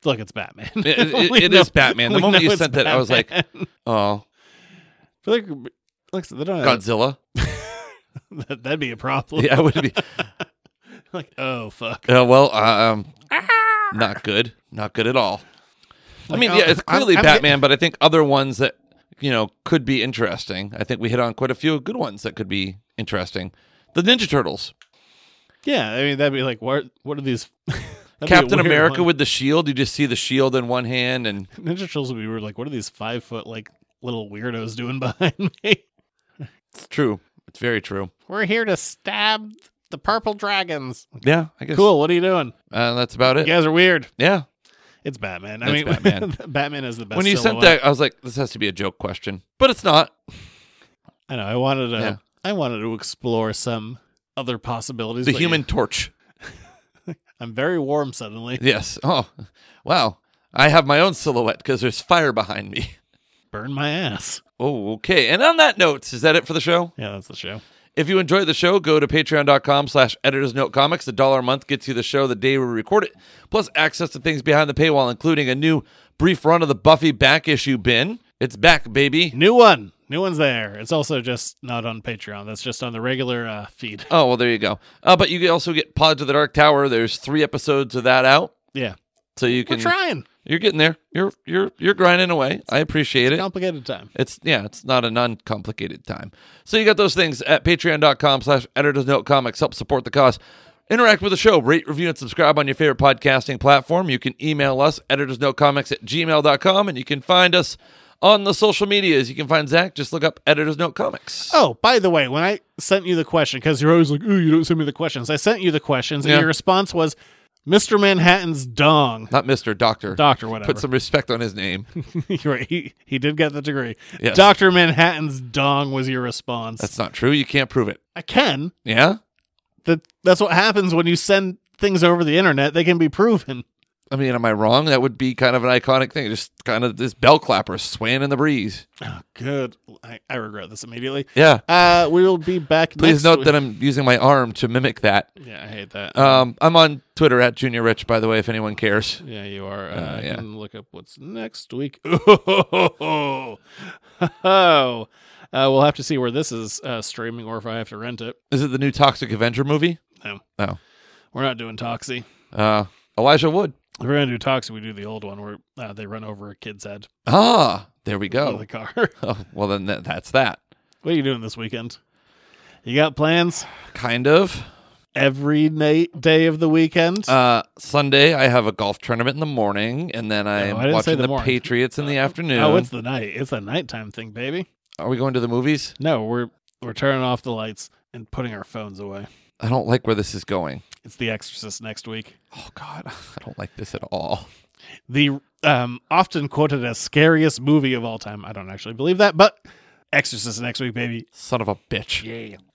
look, it's Batman. It- it- We it know- is Batman. The we moment know you it's sent that, I was like, Batman. oh, But, like, like I said, they don't have- Godzilla. That- That'd be a problem. Yeah, it would be. like, oh fuck. Uh, well, uh, um, not good. Not good at all. I Like, mean, oh, yeah, it's I'm- clearly I'm get- Batman, but I think other ones that you know could be interesting. I think we hit on quite a few good ones that could be interesting. The Ninja Turtles, Yeah, I mean that'd be like what? What are these? That'd be a Captain weird America one. with the shield. You just see the shield in one hand, and Ninja Turtles would be weird. Like, what are these five foot like little weirdos doing behind me? it's true. It's very true. We're here to stab the purple dragons. Yeah, I guess. Cool. What are you doing? Uh, that's about You it. Yeah. guys are weird. It's Batman. I It's mean, Batman. is the best. When you sent silhouette. that, I was like, this has to be a joke question, but it's not. I know. I wanted to. Yeah. I wanted to explore some other possibilities. The but Human you- Torch. I'm very warm suddenly. Yes. Oh, wow. I have my own silhouette because there's fire behind me. Burn my ass. Oh, okay. And on that note, is that it for the show? Yeah, that's the show. If you enjoyed the show, go to patreon.com slash editors note comics. The dollar a month gets you the show the day we record it, plus access to things behind the paywall, including a new brief run of the Buffy back issue bin. It's back, baby. New one. New one's there. It's also just not on Patreon. That's just on the regular uh, feed. Oh, well, there you go. Uh, but you can also get Pod to the Dark Tower. There's three episodes of that out. Yeah. So you We're can trying. you're getting there. You're you're you're grinding away. I appreciate it. Complicated time. It's yeah, it's not an uncomplicated time. So you got those things at patreon.com slash editors note comics. Help support the cause. Interact with the show, rate, review, and subscribe on your favorite podcasting platform. You can email us, editorsnotecomics at gmail.com, and you can find us on the social medias. You can find Zach, just look up Editors Note Comics. Oh, by the way, when I sent you the question, because you're always like, ooh, you don't send me the questions. I sent you the questions, Yeah. and your response was Mr. Manhattan's dong. Not Mr. Doctor. Doctor, whatever. Put some respect on his name. You're right. He, he did get the degree. Yes. Dr. Manhattan's dong was your response. That's not true. You can't prove it. I can. Yeah? That, that's what happens when you send things over the internet. They can be proven. I mean, am I wrong? That would be kind of an iconic thing. Just kind of this bell clapper swaying in the breeze. Oh, good. I, I regret this immediately. Yeah. Uh, we will be back. next Please note week. that I'm using my arm to mimic that. Yeah, I hate that. Um, I'm on Twitter at Junior Rich, by the way, if anyone cares. Yeah, you are. Uh, Uh, I yeah. can look up what's next week. Oh, uh, we'll have to see where this is uh, streaming or if I have to rent it. Is it the new Toxic Avenger movie? No, No. we're not doing Toxie. Uh, Elijah Wood. If we're gonna do Toxie, we do the old one where uh, they run over a kid's head Ah, there we with go. a car. Oh, well, then that, that's that. what are you doing this weekend? You got plans? Kind of. Every night, day of the weekend. Uh, Sunday, I have a golf tournament in the morning, and then I'm I didn't say watching the the, morning. Patriots in the afternoon. oh, it's the night. It's a nighttime thing, baby. Are we going to the movies? No, we're we're turning off the lights and putting our phones away. I don't like where this is going. It's The Exorcist next week. Oh, God. I don't like this at all. the um, often quoted as scariest movie of all time. I don't actually believe that, but Exorcist next week, baby. Son of a bitch. Yeah.